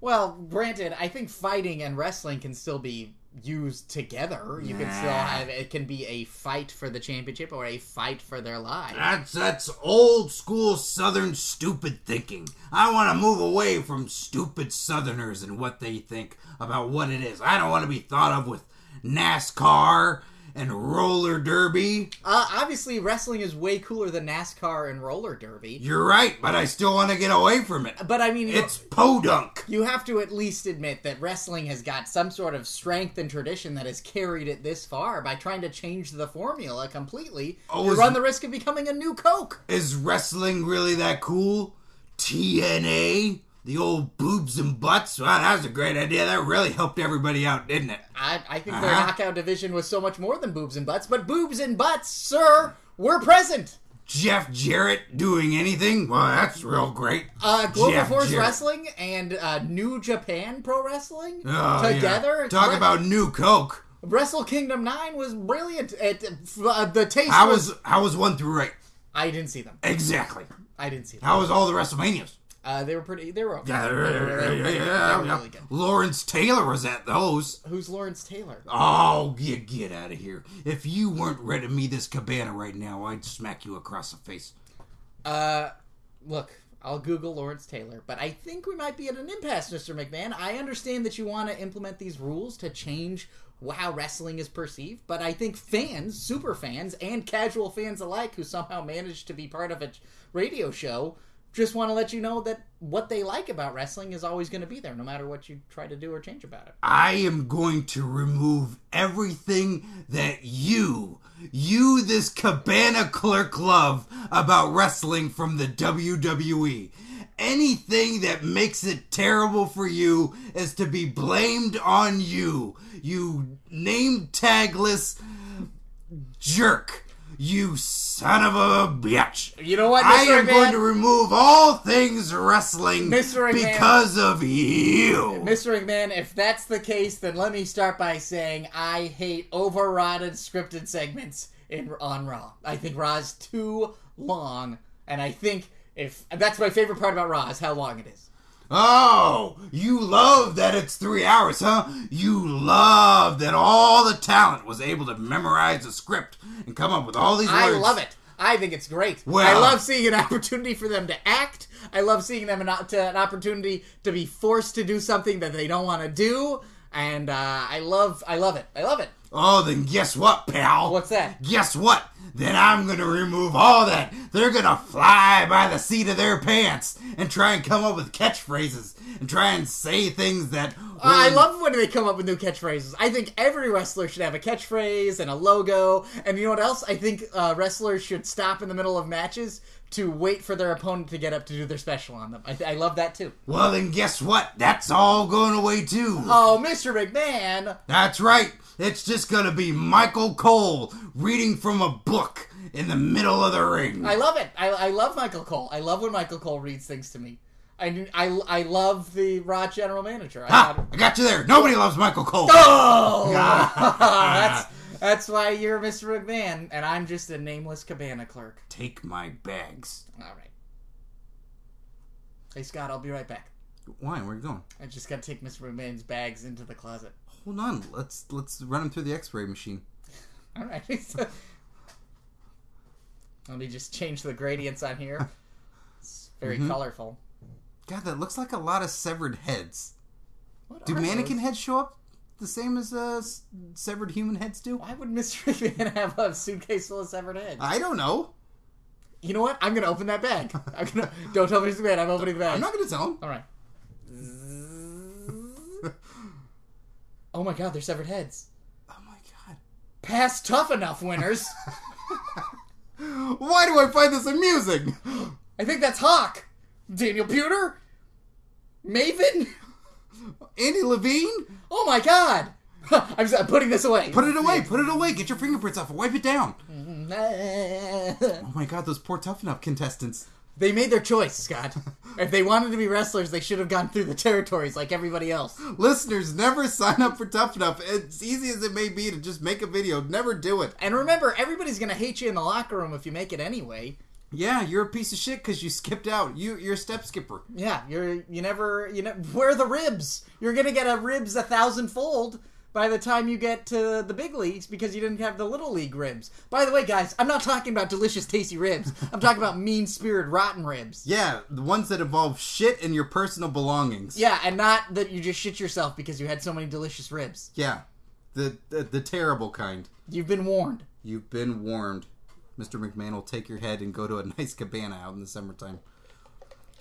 Speaker 2: Well, granted, I think fighting and wrestling can still be used together. You can still
Speaker 1: Nah.
Speaker 2: have it can be a fight for the championship or a fight for their lives.
Speaker 1: That's that's old school Southern stupid thinking. I want to move away from stupid Southerners and what they think about what it is. I don't want to be thought of with NASCAR and roller derby.
Speaker 2: Uh, obviously, wrestling is way cooler than NASCAR and roller derby.
Speaker 1: You're right, but I still want to get away from it.
Speaker 2: But I mean, you-
Speaker 1: It's podunk.
Speaker 2: you have to at least admit that wrestling has got some sort of strength and tradition that has carried it this far by trying to change the formula completely.
Speaker 1: Oh,
Speaker 2: you
Speaker 1: is-
Speaker 2: run the risk of becoming a new Coke.
Speaker 1: Is wrestling really that cool? TNA? The old boobs and butts? Wow, that was a great idea. That really helped everybody out, didn't it?
Speaker 2: I, I think their
Speaker 1: Uh-huh.
Speaker 2: knockout division was so much more than boobs and butts, but boobs and butts, sir, were present.
Speaker 1: Jeff Jarrett doing anything? Well, that's real great.
Speaker 2: Uh, Global
Speaker 1: Jeff
Speaker 2: Force
Speaker 1: Jarrett.
Speaker 2: Wrestling and uh, New Japan Pro Wrestling
Speaker 1: Oh, yeah.
Speaker 2: together.
Speaker 1: Talk
Speaker 2: Wre-
Speaker 1: about New Coke.
Speaker 2: Wrestle Kingdom Nine was brilliant. It, uh, the taste
Speaker 1: How
Speaker 2: was.
Speaker 1: was how was one through eight?
Speaker 2: I didn't see them.
Speaker 1: Exactly.
Speaker 2: I didn't see them.
Speaker 1: How was all the WrestleManias?
Speaker 2: Uh, they were pretty. They were okay.
Speaker 1: Yeah,
Speaker 2: They were- they were-
Speaker 1: yeah,
Speaker 2: they were-
Speaker 1: yeah,
Speaker 2: they were
Speaker 1: yeah, yeah.
Speaker 2: really good.
Speaker 1: Lawrence Taylor was at those.
Speaker 2: Who's Lawrence Taylor?
Speaker 1: Oh, you get out of here. If you weren't renting me this cabana right now, I'd smack you across the face.
Speaker 2: Uh, look, I'll Google Lawrence Taylor, but I think we might be at an impasse, Mr. McMahon. I understand that you want to implement these rules to change how wrestling is perceived, but I think fans, super fans, and casual fans alike who somehow managed to be part of a radio show just want to let you know that what they like about wrestling is always going to be there, no matter what you try to do or change about it.
Speaker 1: I am going to remove everything that you, you, this cabana clerk, love about wrestling from the WWE. Anything that makes it terrible for you is to be blamed on you, you name tagless jerk. You son of a bitch.
Speaker 2: You know what, Mr.
Speaker 1: I am
Speaker 2: McMahon?
Speaker 1: going to remove all things wrestling
Speaker 2: Mr. McMahon.
Speaker 1: because of you.
Speaker 2: Mr. McMahon, if that's the case, then let me start by saying I hate overrotted scripted segments in on Raw. I think Raw's too long, and I think if that's my favorite part about Raw is how long it is.
Speaker 1: Oh, you love that it's three hours, huh? You love that all the talent was able to memorize the script and come up with all these
Speaker 2: I
Speaker 1: words.
Speaker 2: love it. I think it's great. I
Speaker 1: Well-
Speaker 2: love seeing an (laughs) opportunity for them to act. I love seeing them an, op- to, an opportunity to be forced to do something that they don't want to do, and uh, I love, I love it. I love it.
Speaker 1: Oh, then guess what, pal?
Speaker 2: What's that?
Speaker 1: Guess what? Then I'm gonna remove all that. They're gonna fly by the seat of their pants and try and come up with catchphrases and try and say things that.
Speaker 2: Uh, I
Speaker 1: will-
Speaker 2: love when they come up with new catchphrases. I think every wrestler should have a catchphrase and a logo. And you know what else? I think uh, wrestlers should stop in the middle of matches to wait for their opponent to get up to do their special on them. I, I love that too.
Speaker 1: Well, then guess what? That's all going away too.
Speaker 2: Oh, Mr. McMahon!
Speaker 1: That's right. It's just gonna be Michael Cole reading from a book in the middle of the ring.
Speaker 2: I love it. I, I love Michael Cole. I love when Michael Cole reads things to me. I, I, I love the Raw general manager. I
Speaker 1: ah,
Speaker 2: thought-
Speaker 1: I got you there. Nobody loves Michael Cole.
Speaker 2: oh! (laughs) that's, that's why you're Mr. McMahon, and I'm just a nameless cabana clerk.
Speaker 1: Take my bags.
Speaker 2: All right. Hey, Scott, I'll be right back.
Speaker 1: Why? Where are you going?
Speaker 2: I just gotta take Mr. McMahon's bags into the closet.
Speaker 1: Hold on. Let's let's run him through the X-ray machine.
Speaker 2: All (laughs) right. Let me just change the gradients on here. It's very
Speaker 1: Mm-hmm.
Speaker 2: colorful.
Speaker 1: God, that looks like a lot of severed heads.
Speaker 2: What
Speaker 1: Do
Speaker 2: are
Speaker 1: mannequin
Speaker 2: those?
Speaker 1: heads show up the same as uh, s- severed human heads do?
Speaker 2: Why would (laughs) Mr. McMahon have a suitcase full of severed heads?
Speaker 1: I don't know.
Speaker 2: You know what? I'm gonna open that bag. I'm gonna. Don't tell Mr. McMahon. I'm opening the bag.
Speaker 1: I'm not gonna tell him. (laughs)
Speaker 2: All right. oh my God! They're severed heads.
Speaker 1: Oh my
Speaker 2: Past tough
Speaker 1: (laughs)
Speaker 2: enough winners.
Speaker 1: god. Why do I find this amusing?
Speaker 2: I think that's Hawk. Daniel Pewter? Maven?
Speaker 1: Andy Levine?
Speaker 2: Oh my god! (laughs) I'm, just, I'm putting this away.
Speaker 1: Put it away. Put it away. Get your fingerprints off it. Wipe it down. Oh my god, those poor Tough Enough contestants.
Speaker 2: (laughs) they made their choice, Scott. if they wanted to be wrestlers, they should have gone through the territories like everybody else.
Speaker 1: Listeners, never sign up for Tough Enough. As easy as it may be to just make a video, never do it.
Speaker 2: And remember, everybody's gonna hate you in the locker room if you make it anyway.
Speaker 1: Yeah, you're a piece of shit because you skipped out. You, you're a step skipper.
Speaker 2: Yeah, you're you never you know where are the ribs. You're gonna get a ribs a thousand fold by the time you get to the big leagues because you didn't have the little league ribs. By the way, guys, I'm not talking about delicious, tasty ribs. I'm talking about mean spirited, rotten ribs.
Speaker 1: Yeah, the ones that involve shit and your personal belongings.
Speaker 2: Yeah, and not that you just shit yourself because you had so many delicious ribs.
Speaker 1: Yeah, the the, the terrible kind.
Speaker 2: You've been warned.
Speaker 1: You've been warned. Mr. McMahon will take your head and go to a (laughs) nice cabana out in the summertime.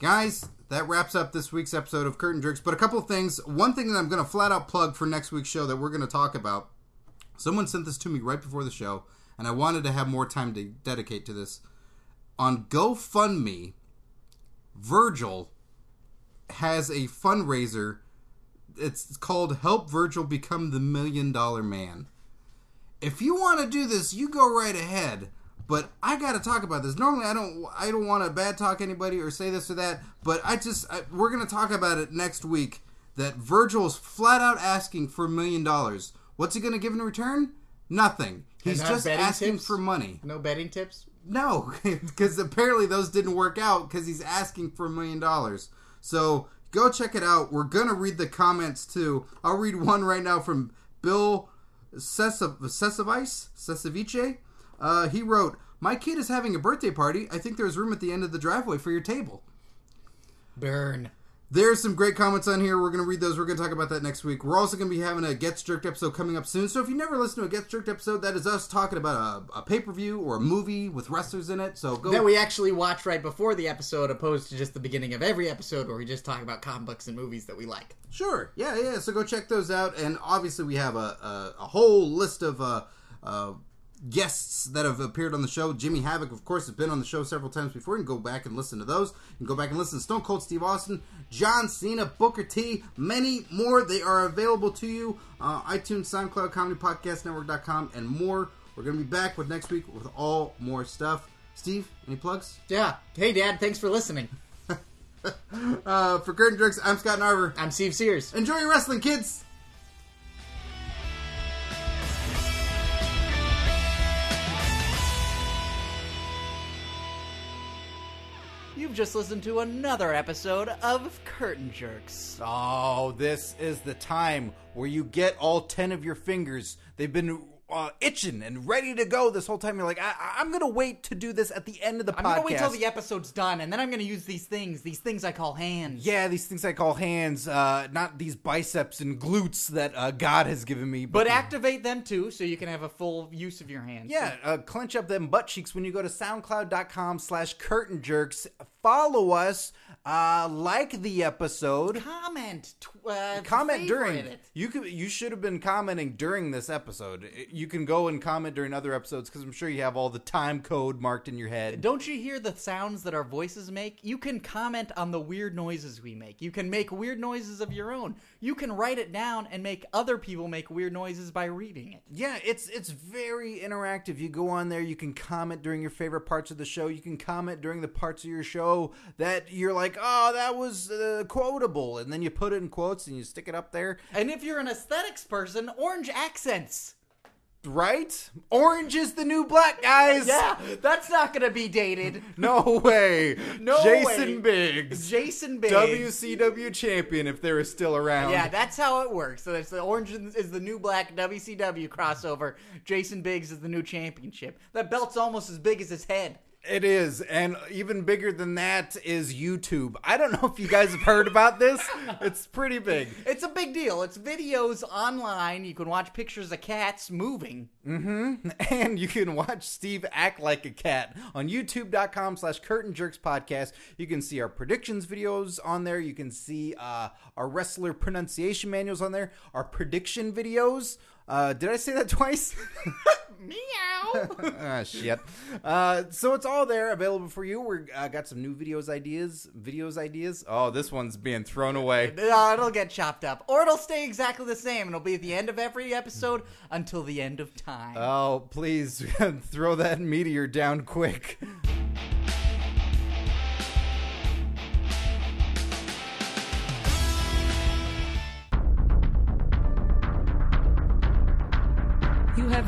Speaker 1: Guys, that wraps up this week's episode of Curtain Jerks. But a couple of things. One thing that I'm going to flat out plug for next week's show that we're going to talk about. Someone sent this to me right before the show, and I wanted to have more time to dedicate to this. On GoFundMe, Virgil has a fundraiser. It's called Help Virgil Become the Million Dollar Man if you want to do this, you go right ahead. But I got to talk about this. Normally, I don't, I don't want to bad talk anybody or say this or that. But I just, I, we're gonna talk about it next week. That Virgil's flat out asking for a million dollars. What's he gonna give in return? Nothing. He's
Speaker 2: not
Speaker 1: just
Speaker 2: betting
Speaker 1: asking
Speaker 2: tips?
Speaker 1: for money.
Speaker 2: No betting tips?
Speaker 1: No, (laughs) because apparently those didn't work out because he's asking for a million dollars. So go check it out. We're going to read the comments too. I'll read one right now from Bill Sesevice. Sesevice. Uh, he wrote, My kid is having a birthday party. I think there's room at the end of the driveway for your table.
Speaker 2: Burn.
Speaker 1: There's some great comments on here. We're going to read those. We're going to talk about that next week. We're also going to be having a Gets Jerked episode coming up soon. So if you never listen to a Gets Jerked episode, that is us talking about a, a pay per view or a movie with wrestlers in it. So go.
Speaker 2: That we actually watch right before the episode opposed to just the beginning of every episode where we just talk about comic books and movies that we like.
Speaker 1: Sure. Yeah, yeah. So go check those out. And obviously, we have a, a, a whole list of uh, uh, guests that have appeared on the show. Jimmy Havoc, of course, has been on the show several times before. You can go back and listen to those. You can go back and listen to Stone Cold Steve Austin, John Cena, Booker T, many more. They are available to you. Uh, iTunes, SoundCloud, Comedy Podcast Network.com, and more. We're going to be back with next week with all more stuff. Steve, any plugs?
Speaker 6: Yeah. Hey, Dad, thanks for listening.
Speaker 1: Uh, for Curtain Jerks, I'm Scott Narver.
Speaker 6: I'm Steve Sears.
Speaker 1: Enjoy your wrestling, kids!
Speaker 2: You've just listened to another episode of Curtain Jerks.
Speaker 7: Oh, this is the time where you get all 10 of your fingers. They've been uh, itching and ready to go this whole time. You're like, I- I- am going to wait to do this at the end of the
Speaker 2: I'm
Speaker 7: podcast.
Speaker 2: gonna wait till the episode's done, and then I'm gonna use these things, these things I call hands.
Speaker 7: yeah, these things I call hands, uh, not these biceps and glutes that uh, God has given me.
Speaker 2: But activate them too, so you can have a full use of your hands.
Speaker 7: Yeah, uh, clench up them butt cheeks when you go to soundcloud.com slash curtain jerks. Follow us, uh, like the episode.
Speaker 2: Comment. Tw- uh,
Speaker 7: comment during
Speaker 2: favorite it.
Speaker 7: you could you should have been commenting during this episode I- you can go and comment during other episodes because i'm sure you have all the time code marked in your head
Speaker 2: Don't you hear the sounds that our voices make? You can comment on the weird noises we make. You can make weird noises of your own. You can write it down and make other people make weird noises by reading it.
Speaker 7: yeah it's it's very interactive you go on there you can comment during your favorite parts of the show you can comment during the parts of your show that you're like oh that was uh, quotable and then you put it in quotes and you stick it up there
Speaker 2: And if you're an aesthetics person, orange accents.
Speaker 7: right orange is the new black guys
Speaker 2: Yeah, that's not going to be dated.
Speaker 7: no way
Speaker 2: No
Speaker 7: jason
Speaker 2: way.
Speaker 7: biggs
Speaker 2: Jason Biggs.
Speaker 7: WCW champion, if there is still around.
Speaker 2: Yeah, that's how it works. So it's the orange is the new black WCW crossover. Jason Biggs is the new championship. That belt's almost as big as his head.
Speaker 7: It is, and even bigger than that is YouTube. I don't know if you guys have heard about this. It's pretty big.
Speaker 2: It's a big deal. It's videos online. You can watch pictures of cats moving.
Speaker 7: And you can watch Steve act like a cat on youtube.com slash curtain jerks podcast. You can see our predictions videos on there. You can see uh, our wrestler pronunciation manuals on there, our prediction videos. Uh, did I say that twice? (laughs)
Speaker 2: (laughs) Meow.
Speaker 7: ah, shit. Uh, so it's all there available for you. We're uh, got some new videos ideas. Videos ideas. Oh, this one's being thrown away.
Speaker 2: Uh, it'll get chopped up, or it'll stay exactly the same. It'll be at the end of every episode until the end of time.
Speaker 7: Oh, please (laughs) throw that meteor down quick.
Speaker 8: You have